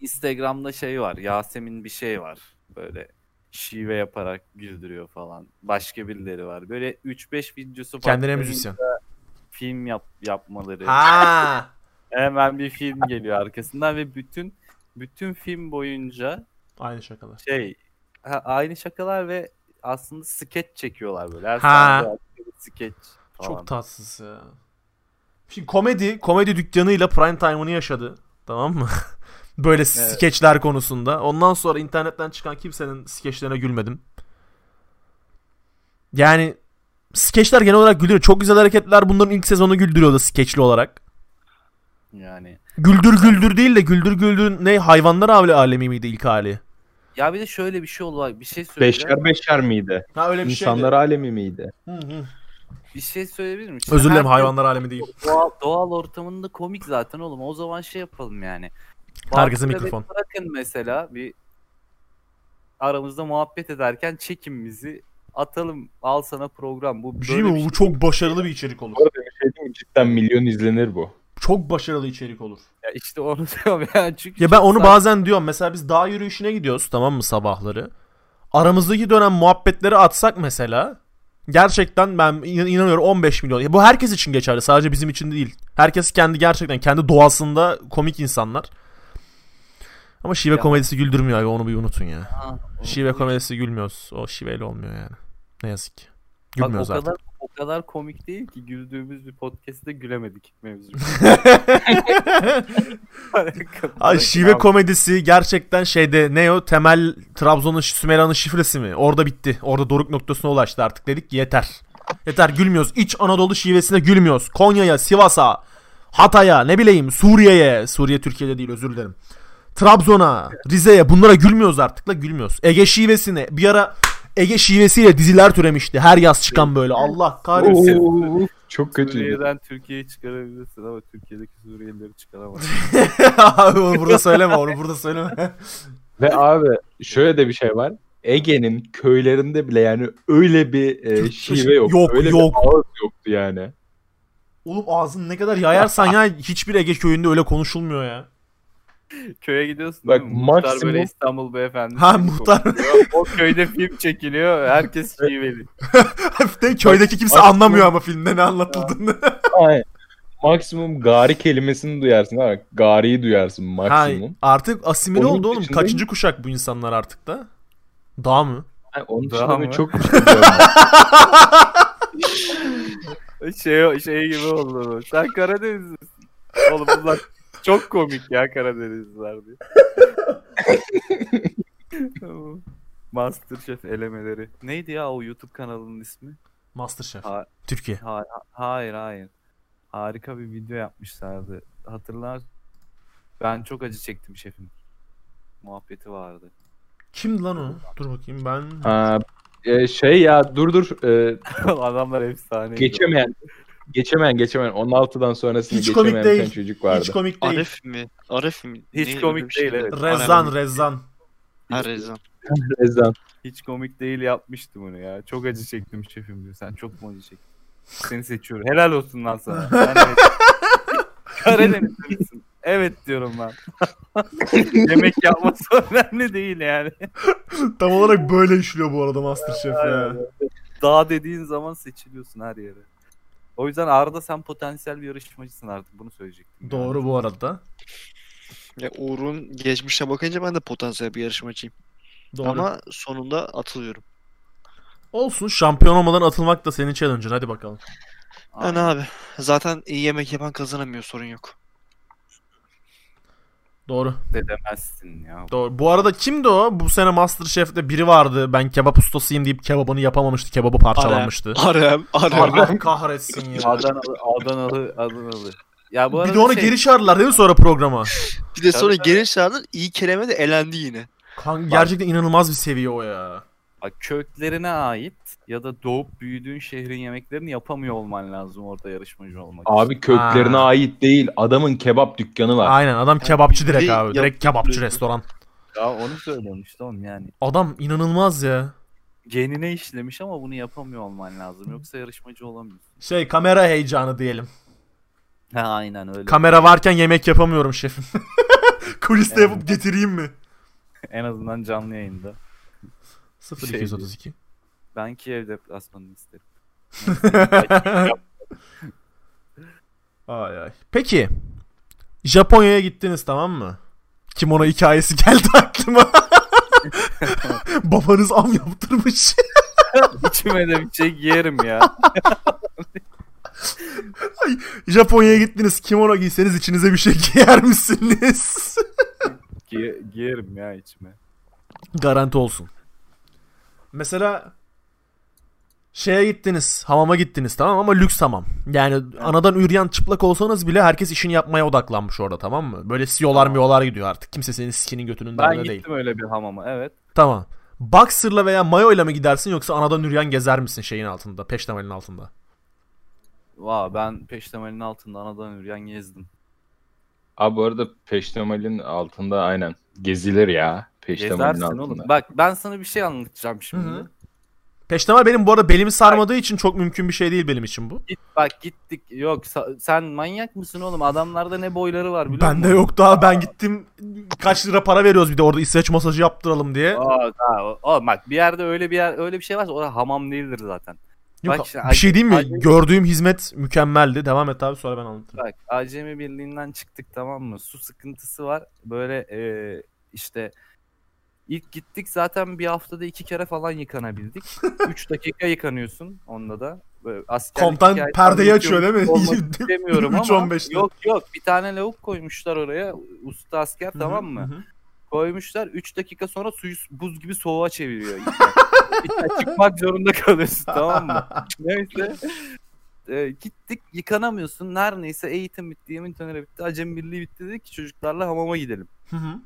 S3: Instagram'da şey var. Yasemin bir şey var. Böyle şive yaparak güldürüyor falan. Başka birileri var. Böyle 3-5 videosu var.
S1: Kendine müzisyen.
S3: Film yap yapmaları.
S1: Ha.
S3: Hemen bir film geliyor arkasından ve bütün bütün film boyunca
S1: Aynı şakalar.
S3: şey ha- aynı şakalar ve aslında skeç çekiyorlar böyle.
S1: Ha.
S3: Her sahne arkada bir skeç falan.
S1: Çok tatsız ya. Şimdi komedi, komedi dükkanıyla prime time'ını yaşadı. Tamam mı? Böyle skeçler konusunda. Ondan sonra internetten çıkan kimsenin skeçlerine gülmedim. Yani skeçler genel olarak güldürüyor. Çok güzel hareketler bunların ilk sezonu güldürüyordu skeçli olarak.
S3: yani.
S1: Güldür güldür değil de güldür güldür ne hayvanlar avli alemi miydi ilk hali?
S3: Ya bir de şöyle bir şey oldu. bak, Bir şey söyleyeceğim.
S2: Beşer beşer miydi?
S1: Ha
S3: şey
S1: öyle
S2: İnsanlar alemi miydi?
S3: Bir şey söyleyebilir miyim? Şimdi
S1: Özür dilerim
S3: herkes
S1: hayvanlar alemi değil.
S3: Doğal, doğal ortamında komik zaten oğlum. O zaman şey yapalım yani.
S1: Herkese
S3: Bazı
S1: mikrofon.
S3: bebek Bırakın mesela bir aramızda muhabbet ederken çekin bizi atalım al sana program. Bu
S1: Bir
S3: böyle
S1: şey mi? Bu çok başarılı bir içerik olur.
S2: Bu arada bir şey diyeyim mi? Cidden milyon izlenir bu.
S1: Çok başarılı içerik olur.
S3: Ya işte onu diyorum yani çünkü.
S1: Ya ben
S3: çok
S1: onu
S3: saçma.
S1: bazen diyorum. Mesela biz dağ yürüyüşüne gidiyoruz tamam mı sabahları. Aramızdaki dönem muhabbetleri atsak mesela gerçekten ben inan- inanıyorum 15 milyon. Ya bu herkes için geçerli sadece bizim için değil. Herkes kendi gerçekten kendi doğasında komik insanlar. Ama şive
S3: Ya.
S1: komedisi güldürmüyor abi onu bir unutun ya.
S3: Ha, o-
S1: Şive komedisi gülmüyoruz. O şiveyle olmuyor yani. Ne yazık ki.
S3: Bak
S1: Gülmüyoruz
S3: o
S1: artık.
S3: kadar o kadar komik değil ki güldüğümüz bir podcast'te gülemedik mevzu.
S1: Ay şive komedisi gerçekten şeyde ne o temel Trabzon'un Ş- Sümeyra'nın şifresi mi? Orada bitti. Orada doruk noktasına ulaştı artık dedik ki yeter. Yeter gülmüyoruz. İç Anadolu şivesine gülmüyoruz. Konya'ya, Sivas'a, Hatay'a ne bileyim Suriye'ye. Suriye Türkiye'de değil özür dilerim. Trabzon'a, Rize'ye bunlara gülmüyoruz artık la gülmüyoruz. Ege şivesine bir ara Ege şivesiyle diziler türemişti. Her yaz çıkan böyle. Allah kahretsin.
S2: Oo, çok kötü.
S3: Suriye'den Türkiye'yi çıkarabilirsin ama Türkiye'deki Suriyelileri çıkaramazsın.
S1: Abi onu burada söyleme onu burada söyleme.
S2: Ve abi şöyle de bir şey var. Ege'nin köylerinde bile yani öyle bir e, şive yok.
S1: Yok,
S2: öyle
S1: yok.
S2: bir ağız yoktu yani.
S1: Oğlum ağzını ne kadar yayarsan ya hiçbir Ege köyünde öyle konuşulmuyor ya.
S3: Köye gidiyorsun
S2: Bak,
S3: değil mi? Muhtar
S2: maksimum-
S3: böyle İstanbul beyefendisi.
S1: Ha,
S3: gibi
S1: muhtar.
S3: konuşuyor. o köyde film çekiliyor. Herkes şiveli.
S1: Hafiften köydeki kimse
S2: Aslında-
S1: anlamıyor ama filmde ne anlatıldığını.
S2: Aynen. Maksimum gari kelimesini duyarsın. Ha, gariyi duyarsın
S1: Ha,
S2: maksimum.
S1: artık asimile
S2: Onun
S1: oldu oğlum.
S2: dışında-
S1: Kaçıncı kuşak bu insanlar artık da? Daha mı?
S2: Ha, onun
S3: Daha
S2: dışında ben
S3: mı?
S2: çok bir şey duyamam.
S3: Şey, şey gibi oldu. bu. Sen Karadeniz misin? Oğlum bunlar çok komik ya Karadenizliler diye. Masterchef elemeleri. Neydi ya o YouTube kanalının ismi?
S1: Masterchef.
S3: Ha-
S1: Türkiye.
S3: Hayır, hayır, hayır. Harika bir video yapmışlardı. Hatırlar. Ben çok acı çektim şefim. Muhabbeti vardı.
S1: Kimdi lan o? Dur bakayım ben.
S2: Ha, e, şey ya dur dur. e,
S3: Adamlar efsane.
S2: geçemeyen. Geçemeyen geçemeyen. 16'dan sonrasını
S1: Hiç komik
S2: geçemeyen bir
S1: değil.
S2: tane çocuk vardı.
S1: Hiç komik değil.
S4: Aref mi? Aref mi?
S3: Hiç
S4: Ne,
S3: komik
S4: öyle bir şey
S3: değil,
S4: mi?
S3: evet.
S1: Rezan Rezan.
S4: Ha Rezan.
S2: Ezan.
S3: Hiç komik değil yapmıştım onu ya. Çok acı çektim şefim diyor. Sen çok mu acı çektin? Seni seçiyorum. Helal olsun lan sana. Ben evet. Karadenizli misin? Evet diyorum ben. Yemek yapması önemli değil yani.
S1: Tam olarak böyle işliyor bu arada Masterchef ya.
S3: Aynen. Dağ dediğin zaman seçiliyorsun her yere. O yüzden Arda sen potansiyel bir yarışmacısın artık bunu söyleyecektim.
S1: Doğru bu arada.
S4: Ya Uğur'un geçmişe bakınca ben de potansiyel bir yarışmacıyım.
S1: Doğru.
S4: Ama sonunda atılıyorum.
S1: Olsun şampiyon olmadan atılmak da senin challenge'ın hadi bakalım.
S3: Aynen.
S4: Yani abi zaten iyi yemek yapan kazanamıyor sorun yok.
S1: Doğru.
S3: de demezsin ya.
S1: Doğru. Bu arada kimdi o? Bu sene Masterchef'te biri vardı. Ben kebap ustasıyım deyip kebabını yapamamıştı. Kebabı parçalanmıştı.
S4: Arem, Arem.
S1: Allah kahretsin ya.
S3: Adanalı, Adanalı, Adanalı. Ya bu arada
S1: Bir de onu
S3: şey-
S1: geri çağırdılar değil mi sonra programa?
S4: Bir de sonra
S3: Tabii, tabii.
S4: geri çağırdın iyi kelime de elendi yine.
S1: Kan gerçekten inanılmaz bir seviye o ya.
S3: Bak, köklerine ait ya da doğup büyüdüğün şehrin yemeklerini yapamıyor olman lazım orada yarışmacı olmak için.
S2: Abi köklerine
S1: Ha.
S2: ait değil. Adamın kebap dükkanı var.
S1: Aynen adam kebapçı direkt
S4: bir
S1: abi. Direkt kebapçı restoran.
S3: Ya onu söylüyorum işte oğlum yani.
S1: Adam inanılmaz ya.
S3: Genine işlemiş ama bunu yapamıyor olman lazım. Yoksa yarışmacı olamıyorsun.
S1: Şey kamera heyecanı diyelim.
S3: Ha aynen öyle.
S1: Kamera varken yemek yapamıyorum şefim. Kuliste
S3: Evet.
S1: yapıp getireyim mi?
S3: en azından canlı yayında.
S1: 0232.
S3: Ben Kiev deplasmanını isterim. Neyse,
S1: ay ay. Peki. Japonya'ya gittiniz tamam mı? Kimono hikayesi geldi aklıma. Babanız am yaptırmış.
S3: İçime de bir şey giyerim ya.
S1: Japonya'ya gittiniz kimono giyseniz içinize bir şey giyer misiniz?
S3: Gi- giyerim ya içime.
S1: Garanti olsun. Mesela şeye gittiniz, hamama gittiniz tamam ama lüks hamam. Yani anadan üreyen çıplak olsanız bile herkes işini yapmaya odaklanmış orada tamam mı? Böyle siyolar miyolar gidiyor artık. Kimse senin sikinin götünün
S3: Ben
S1: derdinde
S3: gittim
S1: değil.
S3: öyle bir hamama evet.
S1: Tamam. Boxer'la veya mayoyla mı gidersin yoksa anadan üreyen gezer misin şeyin altında, peştemalin altında?
S3: Vaa ben peştemalin altında anadan yürüyen gezdim.
S2: Abi bu arada peştemalin altında aynen. Gezilir ya. Peştemalin
S3: Gezersin
S2: altında.
S3: oğlum. Bak ben sana bir şey anlatacağım şimdi.
S1: Hı hı. Peştemal benim bu arada belimi sarmadığı için çok mümkün bir şey değil benim için bu.
S3: Git bak gittik. Yok sa- sen manyak mısın oğlum? Adamlarda ne boyları var biliyor
S1: Bende
S3: musun?
S1: yok daha ben gittim kaç lira para veriyoruz bir de orada İsveç masajı yaptıralım diye.
S3: Aa, aa, oğlum bak bir yerde öyle bir yer öyle bir şey varsa o da hamam değildir zaten.
S1: Yok,
S3: Bak işte
S1: bir şey
S3: Ac-
S1: diyeyim mi?
S3: Acemi-
S1: Gördüğüm hizmet mükemmeldi. Devam et abi sonra ben anlatırım.
S3: Bak Acemi Birliği'nden çıktık tamam mı? Su sıkıntısı var. Böyle e, işte ilk gittik zaten bir haftada iki kere falan yıkanabildik. Üç dakika yıkanıyorsun onda da. Böyle askerlik
S1: Komutan
S3: hikayesi
S1: perdeyi açıyor
S3: anlatıyorum.
S1: değil mi?
S3: Olmak demiyorum ama
S1: 3.15'te.
S3: yok yok bir tane lavuk koymuşlar oraya usta asker tamam mı?
S1: Hı hı.
S3: Koymuşlar 3 dakika sonra suyu buz gibi soğuğa çeviriyor. İçten çıkmak zorunda kalıyorsun tamam mı? Neyse. Ee, gittik yıkanamıyorsun. Her neyse eğitim bitti, yemin töreni bitti, acem birliği bitti dedik ki çocuklarla hamama gidelim.
S1: Hı hı.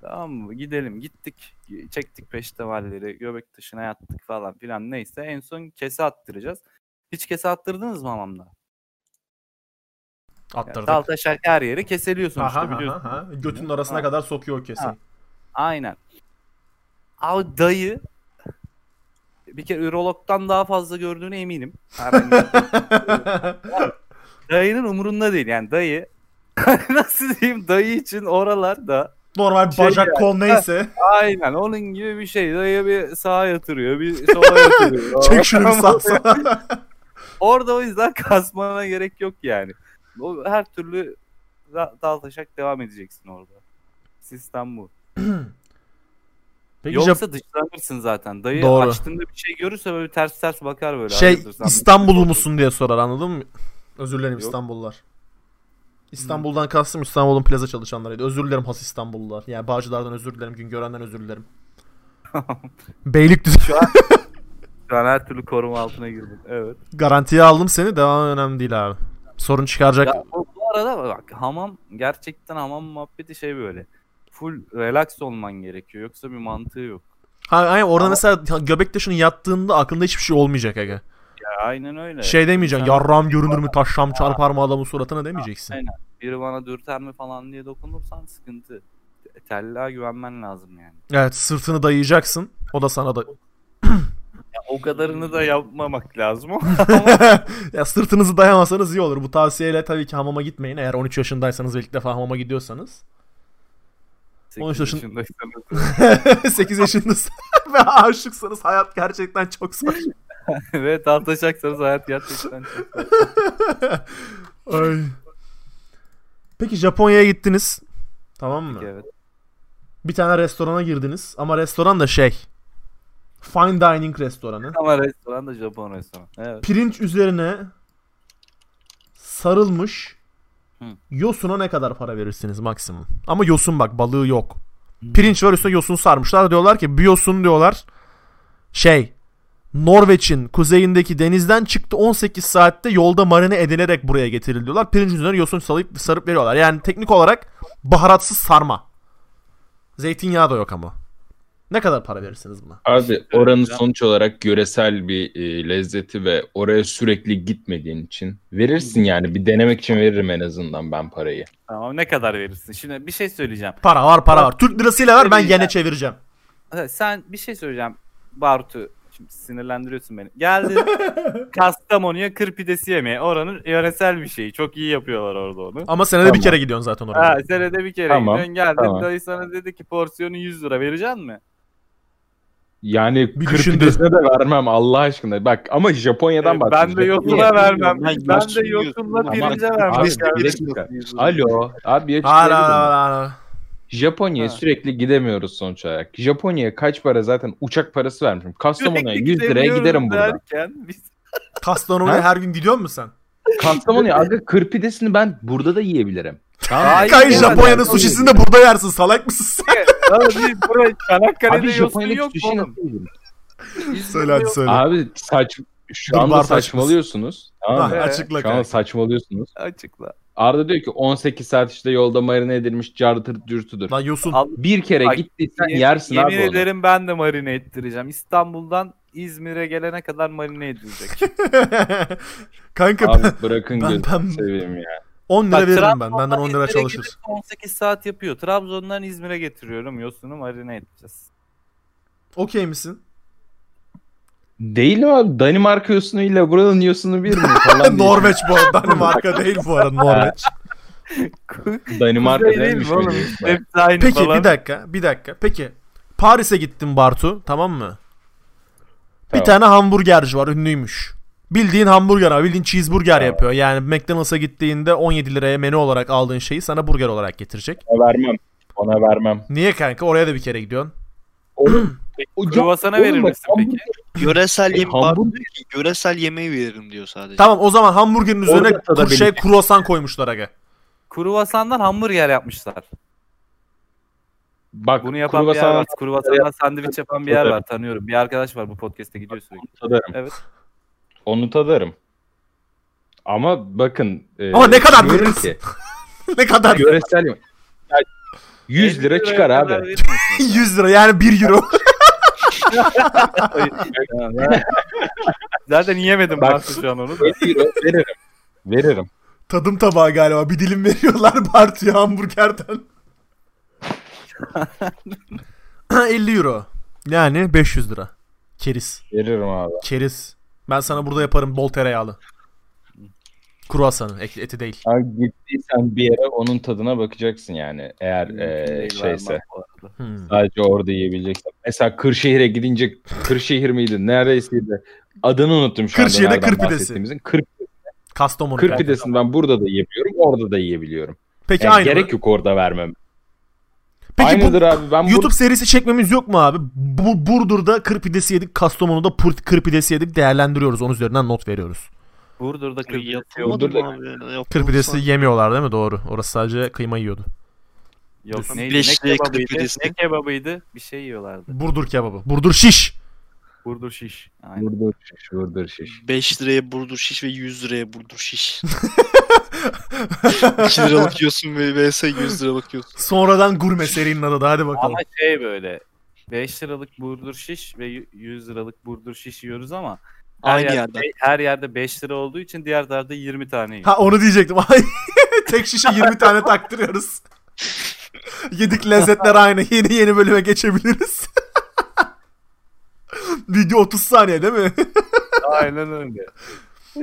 S3: Tamam mı? Gidelim. Gittik. Çektik peştemalleri. Göbek taşına yattık falan filan. Neyse en son kese attıracağız. Hiç kese attırdınız mı hamamda? Yani
S1: Attırdık.
S3: dal taş erkek her yeri keseliyor sonuçta
S1: aha,
S3: biliyorsun.
S1: aha, aha. Götünün arasına kadar sokuyor o kesin.
S3: Ha. Aynen. Abi dayı bir kere ürologdan daha fazla gördüğüne eminim. Herhangi- Dayının umurunda değil yani dayı. Nasıl diyeyim dayı için oralarda
S1: Normal
S3: Şey
S1: bacak
S3: yani.
S1: kol neyse.
S3: aynen onun gibi bir şey. Dayı bir sağa yatırıyor bir sola yatırıyor.
S1: Çek şunu bir sağ sola.
S3: Orada o yüzden kasmana gerek yok yani. O, her türlü da- dal taşak devam edeceksin orada. Sistem bu.
S1: Peki Jap-
S3: Yoksa dışlanırsın zaten. Dayı
S1: Doğru.
S3: açtığında bir şey görürse böyle ters ters bakar böyle.
S1: şey
S3: hayırdır sen-
S1: İstanbul'u musun diye sorar anladın mı? Özür dilerim
S3: Yok. Hmm.
S1: İstanbullular. İstanbul'dan kastım İstanbul'un plaza çalışanlarıydı. Özür dilerim has İstanbullular. Yani Bağcılar'dan özür dilerim, Güngören'den özür dilerim. Beylikdüzü
S3: Şu an her türlü koruma altına girdin. Evet.
S1: garantiye aldım seni. Devam önemli değil abi. Sorun çıkaracak.
S3: Ya, bu bu arada bak hamam gerçekten hamam muhabbeti şey böyle. Full relax olman gerekiyor. Yoksa bir mantığı yok.
S1: Ha, aynen orada
S3: Ama-
S1: mesela göbek taşını yattığında aklında hiçbir şey olmayacak aga.
S3: Ya, E, aynen öyle.
S1: Şey demeyeceksin.
S3: İnsan
S1: Yarram görünür mü taşram çarpar mı adamın suratına demeyeceksin.
S3: aynen. Biri bana dürter mi falan diye dokunursan sıkıntı. Te- Tellaya güvenmen lazım yani.
S1: Evet sırtını dayayacaksın. O da sana da.
S3: Ya, o kadarını da yapmamak lazım ama.
S1: ya sırtınızı dayamasanız iyi olur. Bu tavsiyeyle tabii ki hamama gitmeyin. Eğer 13 yaşındaysanız ve ilk defa hamama gidiyorsanız.
S3: 8
S1: yaşın-
S3: yaşındaysan
S1: 8 yaşındasınız ve aşıksanız hayat gerçekten çok zor.
S3: ve tartışacaksanız hayat gerçekten çok-
S1: Ay. Peki Japonya'ya gittiniz. Tamam mı?
S3: evet.
S1: Bir tane restorana girdiniz ama restoran da şey. Fine dining restoranı.
S3: Ama restoran da Japon restoran. Evet.
S1: Pirinç üzerine sarılmış
S3: Hı.
S1: yosuna ne kadar para verirsiniz maksimum? Ama yosun bak balığı yok. Pirinç var üstüne yosun sarmışlar. Diyorlar ki bir yosun diyorlar. Şey Norveç'in kuzeyindeki denizden çıktı 18 saatte yolda marine edilerek buraya getirildi diyorlar. Pirinç üzerine yosun salıp sarıp veriyorlar. Yani teknik olarak baharatsız sarma. Zeytinyağı da yok ama. Ne kadar para verirsiniz buna?
S2: Abi oranın
S3: ya.
S2: sonuç olarak yöresel bir e, lezzeti ve oraya sürekli gitmediğin için verirsin yani bir denemek için veririm en azından ben parayı.
S3: Tamam ne kadar verirsin? Şimdi bir şey söyleyeceğim.
S1: Para var para var. Türk lirasıyla ver ben
S3: Vereyim
S1: yene çevireceğim.
S3: Ha, Sen bir şey söyleyeceğim Bartu. Şimdi sinirlendiriyorsun beni. Geldin Kastamonu'ya kır pidesi yemeye. Oranın yöresel bir şeyi. Çok iyi yapıyorlar orada onu.
S1: Ama senede bir
S2: Tamam.
S1: kere gidiyorsun zaten oraya.
S3: Ha, senede bir kere
S2: Tamam,
S3: gidiyorsun geldin.
S2: tamam.
S3: Dayı sana dedi ki porsiyonu 100 lira vereceksin mi?
S2: Yani
S1: Bir
S2: kır
S1: düşündü.
S2: pidesine de vermem Allah aşkına. Bak ama Japonya'dan
S3: Ee,
S2: bak.
S3: ben de yokuna
S4: Yok,
S3: vermem.
S4: yok,
S3: Ben,
S4: ben
S3: de
S4: yok.
S3: yokumla
S4: Aman,
S3: pirince
S2: abi,
S3: vermem.
S4: birisi-
S3: kardeşim.
S4: birisi yok.
S2: Alo abi hepsi
S1: Ara,
S2: belli bunlar.
S1: ara, ara.
S2: Japonya'ya
S3: Ha.
S2: sürekli gidemiyoruz sonuç olarak. Japonya'ya kaç para zaten uçak parası vermişim. Kastamonu'ya 100 liraya
S3: Gidemiyoruz
S2: giderim burada.
S3: derken biz-
S1: Kastamonu'ya
S2: Ha?
S1: her gün gidiyor musun sen?
S2: Kastamonu'ya aga kır pidesini ben burada da yiyebilirim.
S3: Hayır,
S1: Kay
S3: yemem.
S1: Japonya'nın
S2: yani.
S1: sushisini de burada yersin salak mısın sen?
S3: Ya biz buraya Çanakkale'de
S2: Abi
S3: yosun yok
S2: Japonya'daki
S3: mu
S2: sushi
S3: oğlum.
S2: nasıl yedim?
S1: söyle hadi söyle.
S2: Abi saç şu
S1: Dur,
S2: anda
S1: Bartu açmasın.
S2: saçmalıyorsunuz. Tamam
S1: Ha,
S2: mı?
S3: Evet.
S1: açıkla
S2: Şu anda
S1: kanka.
S2: saçmalıyorsunuz.
S3: Açıkla.
S2: Arda diyor ki 18 saat işte yolda marine edilmiş cartır dürtüdür.
S1: Lan yosun.
S3: Al-
S2: Bir kere
S3: Bak,
S2: gittiysen
S3: Yemin-
S2: yersin
S3: yemin
S2: abi onu.
S3: ederim ben de marine ettireceğim. İstanbul'dan İzmir'e gelene kadar marine edilecek.
S1: kanka
S2: Abi
S1: ben-
S2: bırakın
S1: ben-
S2: gözünü
S1: ben-
S2: seveyim ya.
S1: 10 lira
S3: Bak,
S1: veririm ben.
S3: Trabzon'dan
S1: Benden 10 lira
S3: İzmir'e
S1: çalışır.
S3: gidip 18 saat yapıyor. Trabzon'dan İzmir'e getiriyorum. Yosunu marine edeceğiz.
S1: Okey misin?
S2: Değil mi abi? Danimarka yosunu ile buranın yosunu bir mi falan diye.
S1: Norveç bu arada. Danimarka değil bu arada Norveç.
S2: Danimarka
S3: Kuzey değil
S2: demiş
S3: mi oğlum?
S2: miydi?
S3: Hepsi aynı
S1: Peki
S3: falan.
S1: bir dakika. Bir dakika. Peki. Paris'e gittin Bartu tamam mı? Bir
S2: Tamam.
S1: tane hamburgerci var ünlüymüş. Bildiğin hamburger abi bildiğin cheeseburger
S2: Tamam.
S1: yapıyor. Yani McDonald's'a gittiğinde 17 liraya menü olarak aldığın şeyi sana burger olarak getirecek.
S2: Ona vermem. Ona vermem.
S1: Niye kanka oraya da bir kere gidiyorsun.
S2: O
S3: Kruvasana verir misin peki?
S1: E,
S4: Yöresel yemeği
S2: Hamburg
S4: yöresel yemeği veririm diyor sadece.
S1: Tamam o zaman hamburgerin üzerine
S2: Orada da
S1: kur- şey
S2: benim-
S1: kruvasan koymuşlar aga.
S3: Kruvasandan hamburger yapmışlar.
S2: bak
S3: Bunu yapan bir yer var. Kruvasandan sandviç yapan bir yer var. Tanıyorum. Bir arkadaş var bu podcast'te gidiyor sürekli.
S2: tadarım.
S3: Evet.
S2: Onu tadarım. Ama bakın. e,
S1: Ama ne kadar
S2: diyorum
S1: verirsin?
S2: ki,
S1: ne kadar
S2: Yöresel yemek. Ya, 100
S3: 50
S2: lira
S3: liraya
S2: çıkar
S3: kadar
S2: abi.
S3: verirsin.
S1: 100 lira yani 1 euro.
S3: Zaten yiyemedim
S2: Bak-
S3: Bartu şu an onu da.
S2: 50 euro veririm. Veririm.
S1: Tadım tabağı galiba. Bir dilim veriyorlar Bartu'ya hamburgerden. 50 euro. Yani 500 lira. Keriz.
S2: Veririm abi.
S1: Keriz. Ben sana burada yaparım bol tereyağlı. Kruvasanı. Eti değil.
S2: Abi gittiysen bir yere onun tadına bakacaksın yani. Eğer
S3: Mümkün
S2: e,
S3: değil
S2: şeyse.
S3: vermem bu arada.
S1: Hmm.
S2: Sadece orada yiyebileceksin. Mesela Kırşehir'e gidince Kırşehir miydi? Neredeydi? Adını unuttum şu anda.
S1: Kırşehir'de
S2: nereden
S1: kır pidesi.
S2: bahsettiğimizin. Kır,
S1: Kastamonu.
S2: kır
S1: belki.
S2: pidesini ben burada da yiyebiliyorum. Orada da yiyebiliyorum.
S1: Peki
S2: Yani
S1: aynı mı?
S2: gerek yok orada vermem.
S1: Peki bu
S2: Aynıdır abi. Ben
S1: YouTube serisi çekmemiz yok mu abi? Bu Burdur'da kır pidesi yedik, Kastamonu'da pur- kır pidesi yedik değerlendiriyoruz. Onun üzerinden not veriyoruz.
S3: Şey, Burdur'da kırk
S2: Yapılmadı.
S3: yok.
S4: Yapamadım
S2: Yoldur da-
S4: abi. Yani,
S1: Kır pidesi yemiyorlar değil mi? Doğru. Orası sadece kıyma yiyordu.
S3: Yok neydi? Ne
S4: Beşli kırk
S3: kebabıydı?
S4: birisi.
S3: Ne kebabıydı? Bir şey yiyorlardı.
S1: Burdur kebabı. Burdur şiş.
S3: Burdur şiş. Aynen.
S2: Burdur şiş, burdur şiş.
S4: 5 liraya burdur şiş ve 100 liraya burdur şiş. 2 liralık yiyorsun ve vs 100 liralık yiyorsun.
S1: Sonradan gurme serinin adı da hadi bakalım.
S3: Ama şey böyle 5 liralık burdur şiş ve 100 liralık burdur şiş yiyoruz ama her
S4: Aynı
S3: yerde,
S4: yerden.
S3: her yerde 5 lira olduğu için diğer tarafta 20 tane yiyor.
S1: Ha onu diyecektim. Ay, Tek şişe 20 tane taktırıyoruz. Yedik lezzetler aynı. Yeni yeni bölüme geçebiliriz. Video 30 saniye değil mi?
S3: Aynen öyle.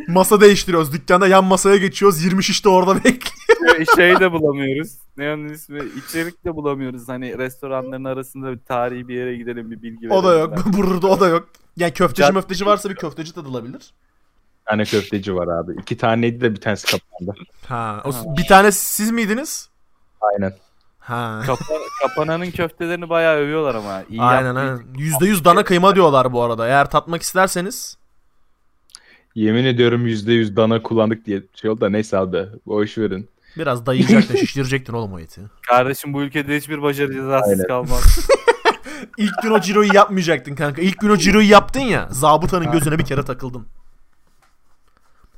S1: Masa değiştiriyoruz. Dükkanda yan masaya geçiyoruz. 20 şiş de orada bekliyor.
S3: Ve şey de bulamıyoruz. Ne onun ismi? İçerik de bulamıyoruz. Hani restoranların arasında bir tarihi bir yere gidelim bir bilgi verelim.
S1: O da yok. Burada o da yok. Yani köfteci
S3: Cadde-
S1: möfteci varsa bir köfteci tadılabilir.
S2: Bir tane köfteci var abi. İki taneydi de bir tanesi kapandı.
S1: Ha, o- bir tane siz miydiniz?
S2: Aynen.
S1: Ha.
S3: Kapa- kapananın köftelerini bayağı övüyorlar ama. İyi
S1: Aynen
S3: yaptığı
S1: aynen. %100 dana kıyma diyorlar bu arada. Eğer tatmak isterseniz
S2: Yemin ediyorum %100 dana kullandık diye şey oldu da neyse abi. Boş verin.
S1: biraz dayayacaktın, şişirecektin oğlum o eti.
S3: Kardeşim bu ülkede hiçbir başarı cezasız
S2: Aynen.
S3: kalmaz.
S1: İlk gün o ciroyu yapmayacaktın kanka. İlk gün o ciroyu yaptın ya. Zabıtanın gözüne bir kere takıldın.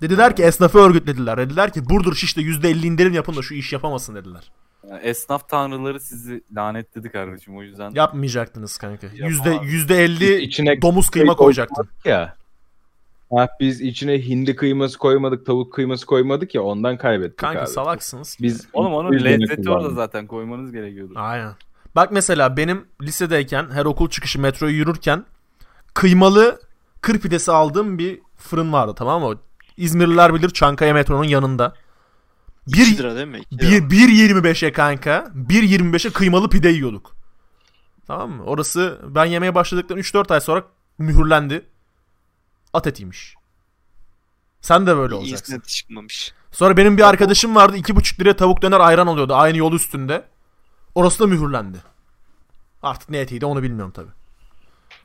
S1: Dediler ki esnafı örgütlediler. Dediler ki Burdur Şiş'te %50 indirim yapın da şu iş yapamasın dediler.
S3: Yani esnaf tanrıları sizi lanetledi kardeşim o yüzden.
S1: Yapmayacaktınız kanka. Yüzde,
S3: Yapamazdım.
S1: %50
S2: İçine
S1: domuz kıyma
S2: şey
S1: koyacaktın.
S2: ya. Ha, biz içine hindi kıyması koymadık, tavuk kıyması koymadık ya ondan kaybettik
S1: Kanka
S2: abi.
S1: salaksınız.
S2: Biz
S3: Oğlum onun
S2: %100
S3: lezzeti
S2: kullandık.
S3: orada zaten koymanız gerekiyordu.
S1: Aynen. Bak mesela benim lisedeyken her okul çıkışı metroyu yürürken kıymalı kır pidesi aldığım bir fırın vardı tamam mı? İzmirliler bilir Çankaya metronun yanında.
S4: 1
S1: Bir,
S4: lira değil mi? İki lira.
S1: bir, 1.25'e kanka 1.25'e kıymalı pide yiyorduk. Tamam mı? Orası ben yemeye başladıktan 3-4 ay sonra mühürlendi. At etiymiş. Sen de böyle olacaksın.
S4: İznet çıkmamış.
S1: Sonra benim bir arkadaşım vardı 2,5 liraya tavuk döner ayran alıyordu aynı yol üstünde. Orası da mühürlendi. Artık ne etiydi onu bilmiyorum tabi.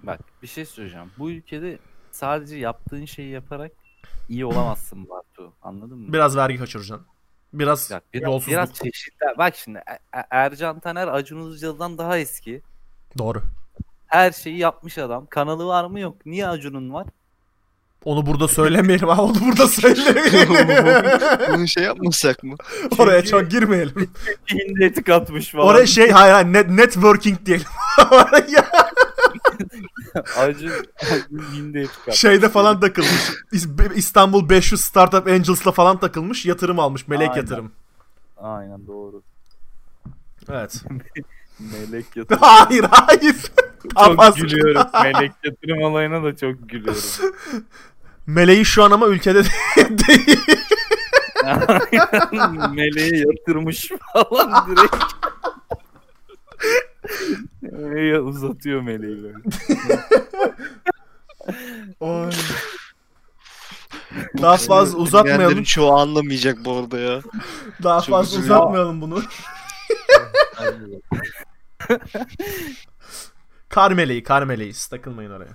S3: Bak bir şey söyleyeceğim. Bu ülkede sadece yaptığın şeyi yaparak iyi olamazsın Bartu. Anladın mı?
S1: Biraz vergi kaçıracaksın. Biraz
S3: Bak, biraz,
S1: yolsuzluk.
S3: biraz çeşitler. Bak şimdi E- E- Ercan Taner Acun Ilıcalı'dan daha eski.
S1: Doğru.
S3: Her şeyi yapmış adam. Kanalı var mı yok. Niye Acun'un var?
S1: Onu burada söylemeyelim ha onu burada söylemeyelim.
S4: Bunu şey yapmasak mı?
S1: Oraya çok girmeyelim.
S3: Hindi eti katmış falan.
S1: Oraya şey hayır hayır net, networking diyelim. Oraya
S3: Acun, Acun hindi eti katmış.
S1: Şeyde falan takılmış. İs- İstanbul 500 Startup Angels'la falan takılmış. Yatırım almış. Melek
S3: Aynen.
S1: yatırım.
S3: Aynen doğru.
S1: Evet.
S3: Melek yatırım.
S1: hayır hayır. Abbas.
S3: çok gülüyorum. Melek yatırım olayına da çok gülüyorum.
S1: Meleği şu an ama ülkede değil.
S3: Meleğe yatırmış falan direkt. Meleğe uzatıyor meleği böyle.
S1: Oy. Daha fazla uzatmayalım.
S4: Dinleyenlerin çoğu anlamayacak bu arada ya.
S1: Daha
S4: Çok
S1: fazla
S4: üzücü.
S1: uzatmayalım bunu. Kar meleği, kar meleği. Siz takılmayın oraya.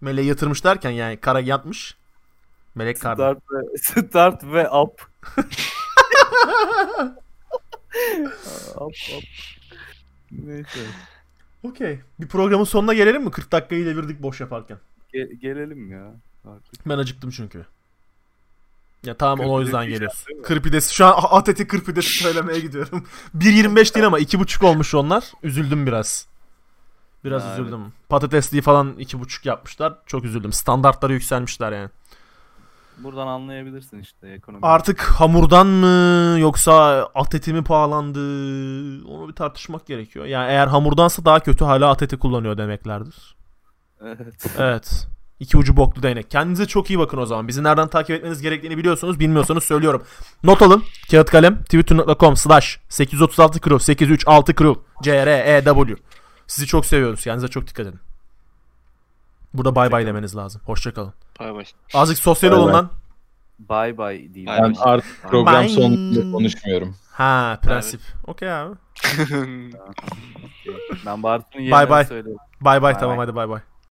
S1: Meleği yatırmış derken yani kara yatmış. Melek kar.
S3: Start ve, start ve up. up up. Neyse.
S1: Okey. Bir programın sonuna gelelim mi? 40 dakikayı devirdik boş yaparken.
S3: Ge- gelelim ya. Artık.
S1: Ben acıktım çünkü. Ya tamam ona o yüzden
S3: Kırpidesi
S1: geliyoruz.
S3: değil mi?
S1: Kırpidesi. Şu an Ateti Kırpidesi söylemeye gidiyorum. 1.25 değil ama 2.5 olmuş onlar. Üzüldüm biraz. Biraz
S3: Ha, evet.
S1: üzüldüm. Patatesliği falan 2.5 yapmışlar. Çok üzüldüm. Standartları yükselmişler yani.
S3: Buradan anlayabilirsin işte ekonomi.
S1: Artık hamurdan mı yoksa ateti mi pahalandı? Onu bir tartışmak gerekiyor. Yani eğer hamurdansa daha kötü hala ateti kullanıyor demeklerdir.
S3: Evet.
S1: Evet. İki ucu boklu değnek. Kendinize çok iyi bakın o zaman. Bizi nereden takip etmeniz gerektiğini biliyorsunuz. Bilmiyorsanız söylüyorum. Not alın. Kağıt kalem. Twitter.com slash 836 crew 836 crew c r e w Sizi çok seviyoruz. Kendinize çok dikkat edin. Burada bay bay demeniz lazım. Hoşçakalın.
S4: Bay bay.
S1: Azıcık sosyal
S2: Bay
S1: olun
S2: bay.
S1: lan.
S3: Bye bye diyeyim.
S2: Ben artık program
S1: Bye.
S2: sonunda konuşmuyorum.
S1: Ha prensip. Okey abi.
S3: Ben Bartu'nun
S1: Bye
S3: yerine
S1: bye.
S3: söylerim.
S1: Bay bay
S3: Bay
S1: tamam
S3: bay.
S1: hadi bay bay.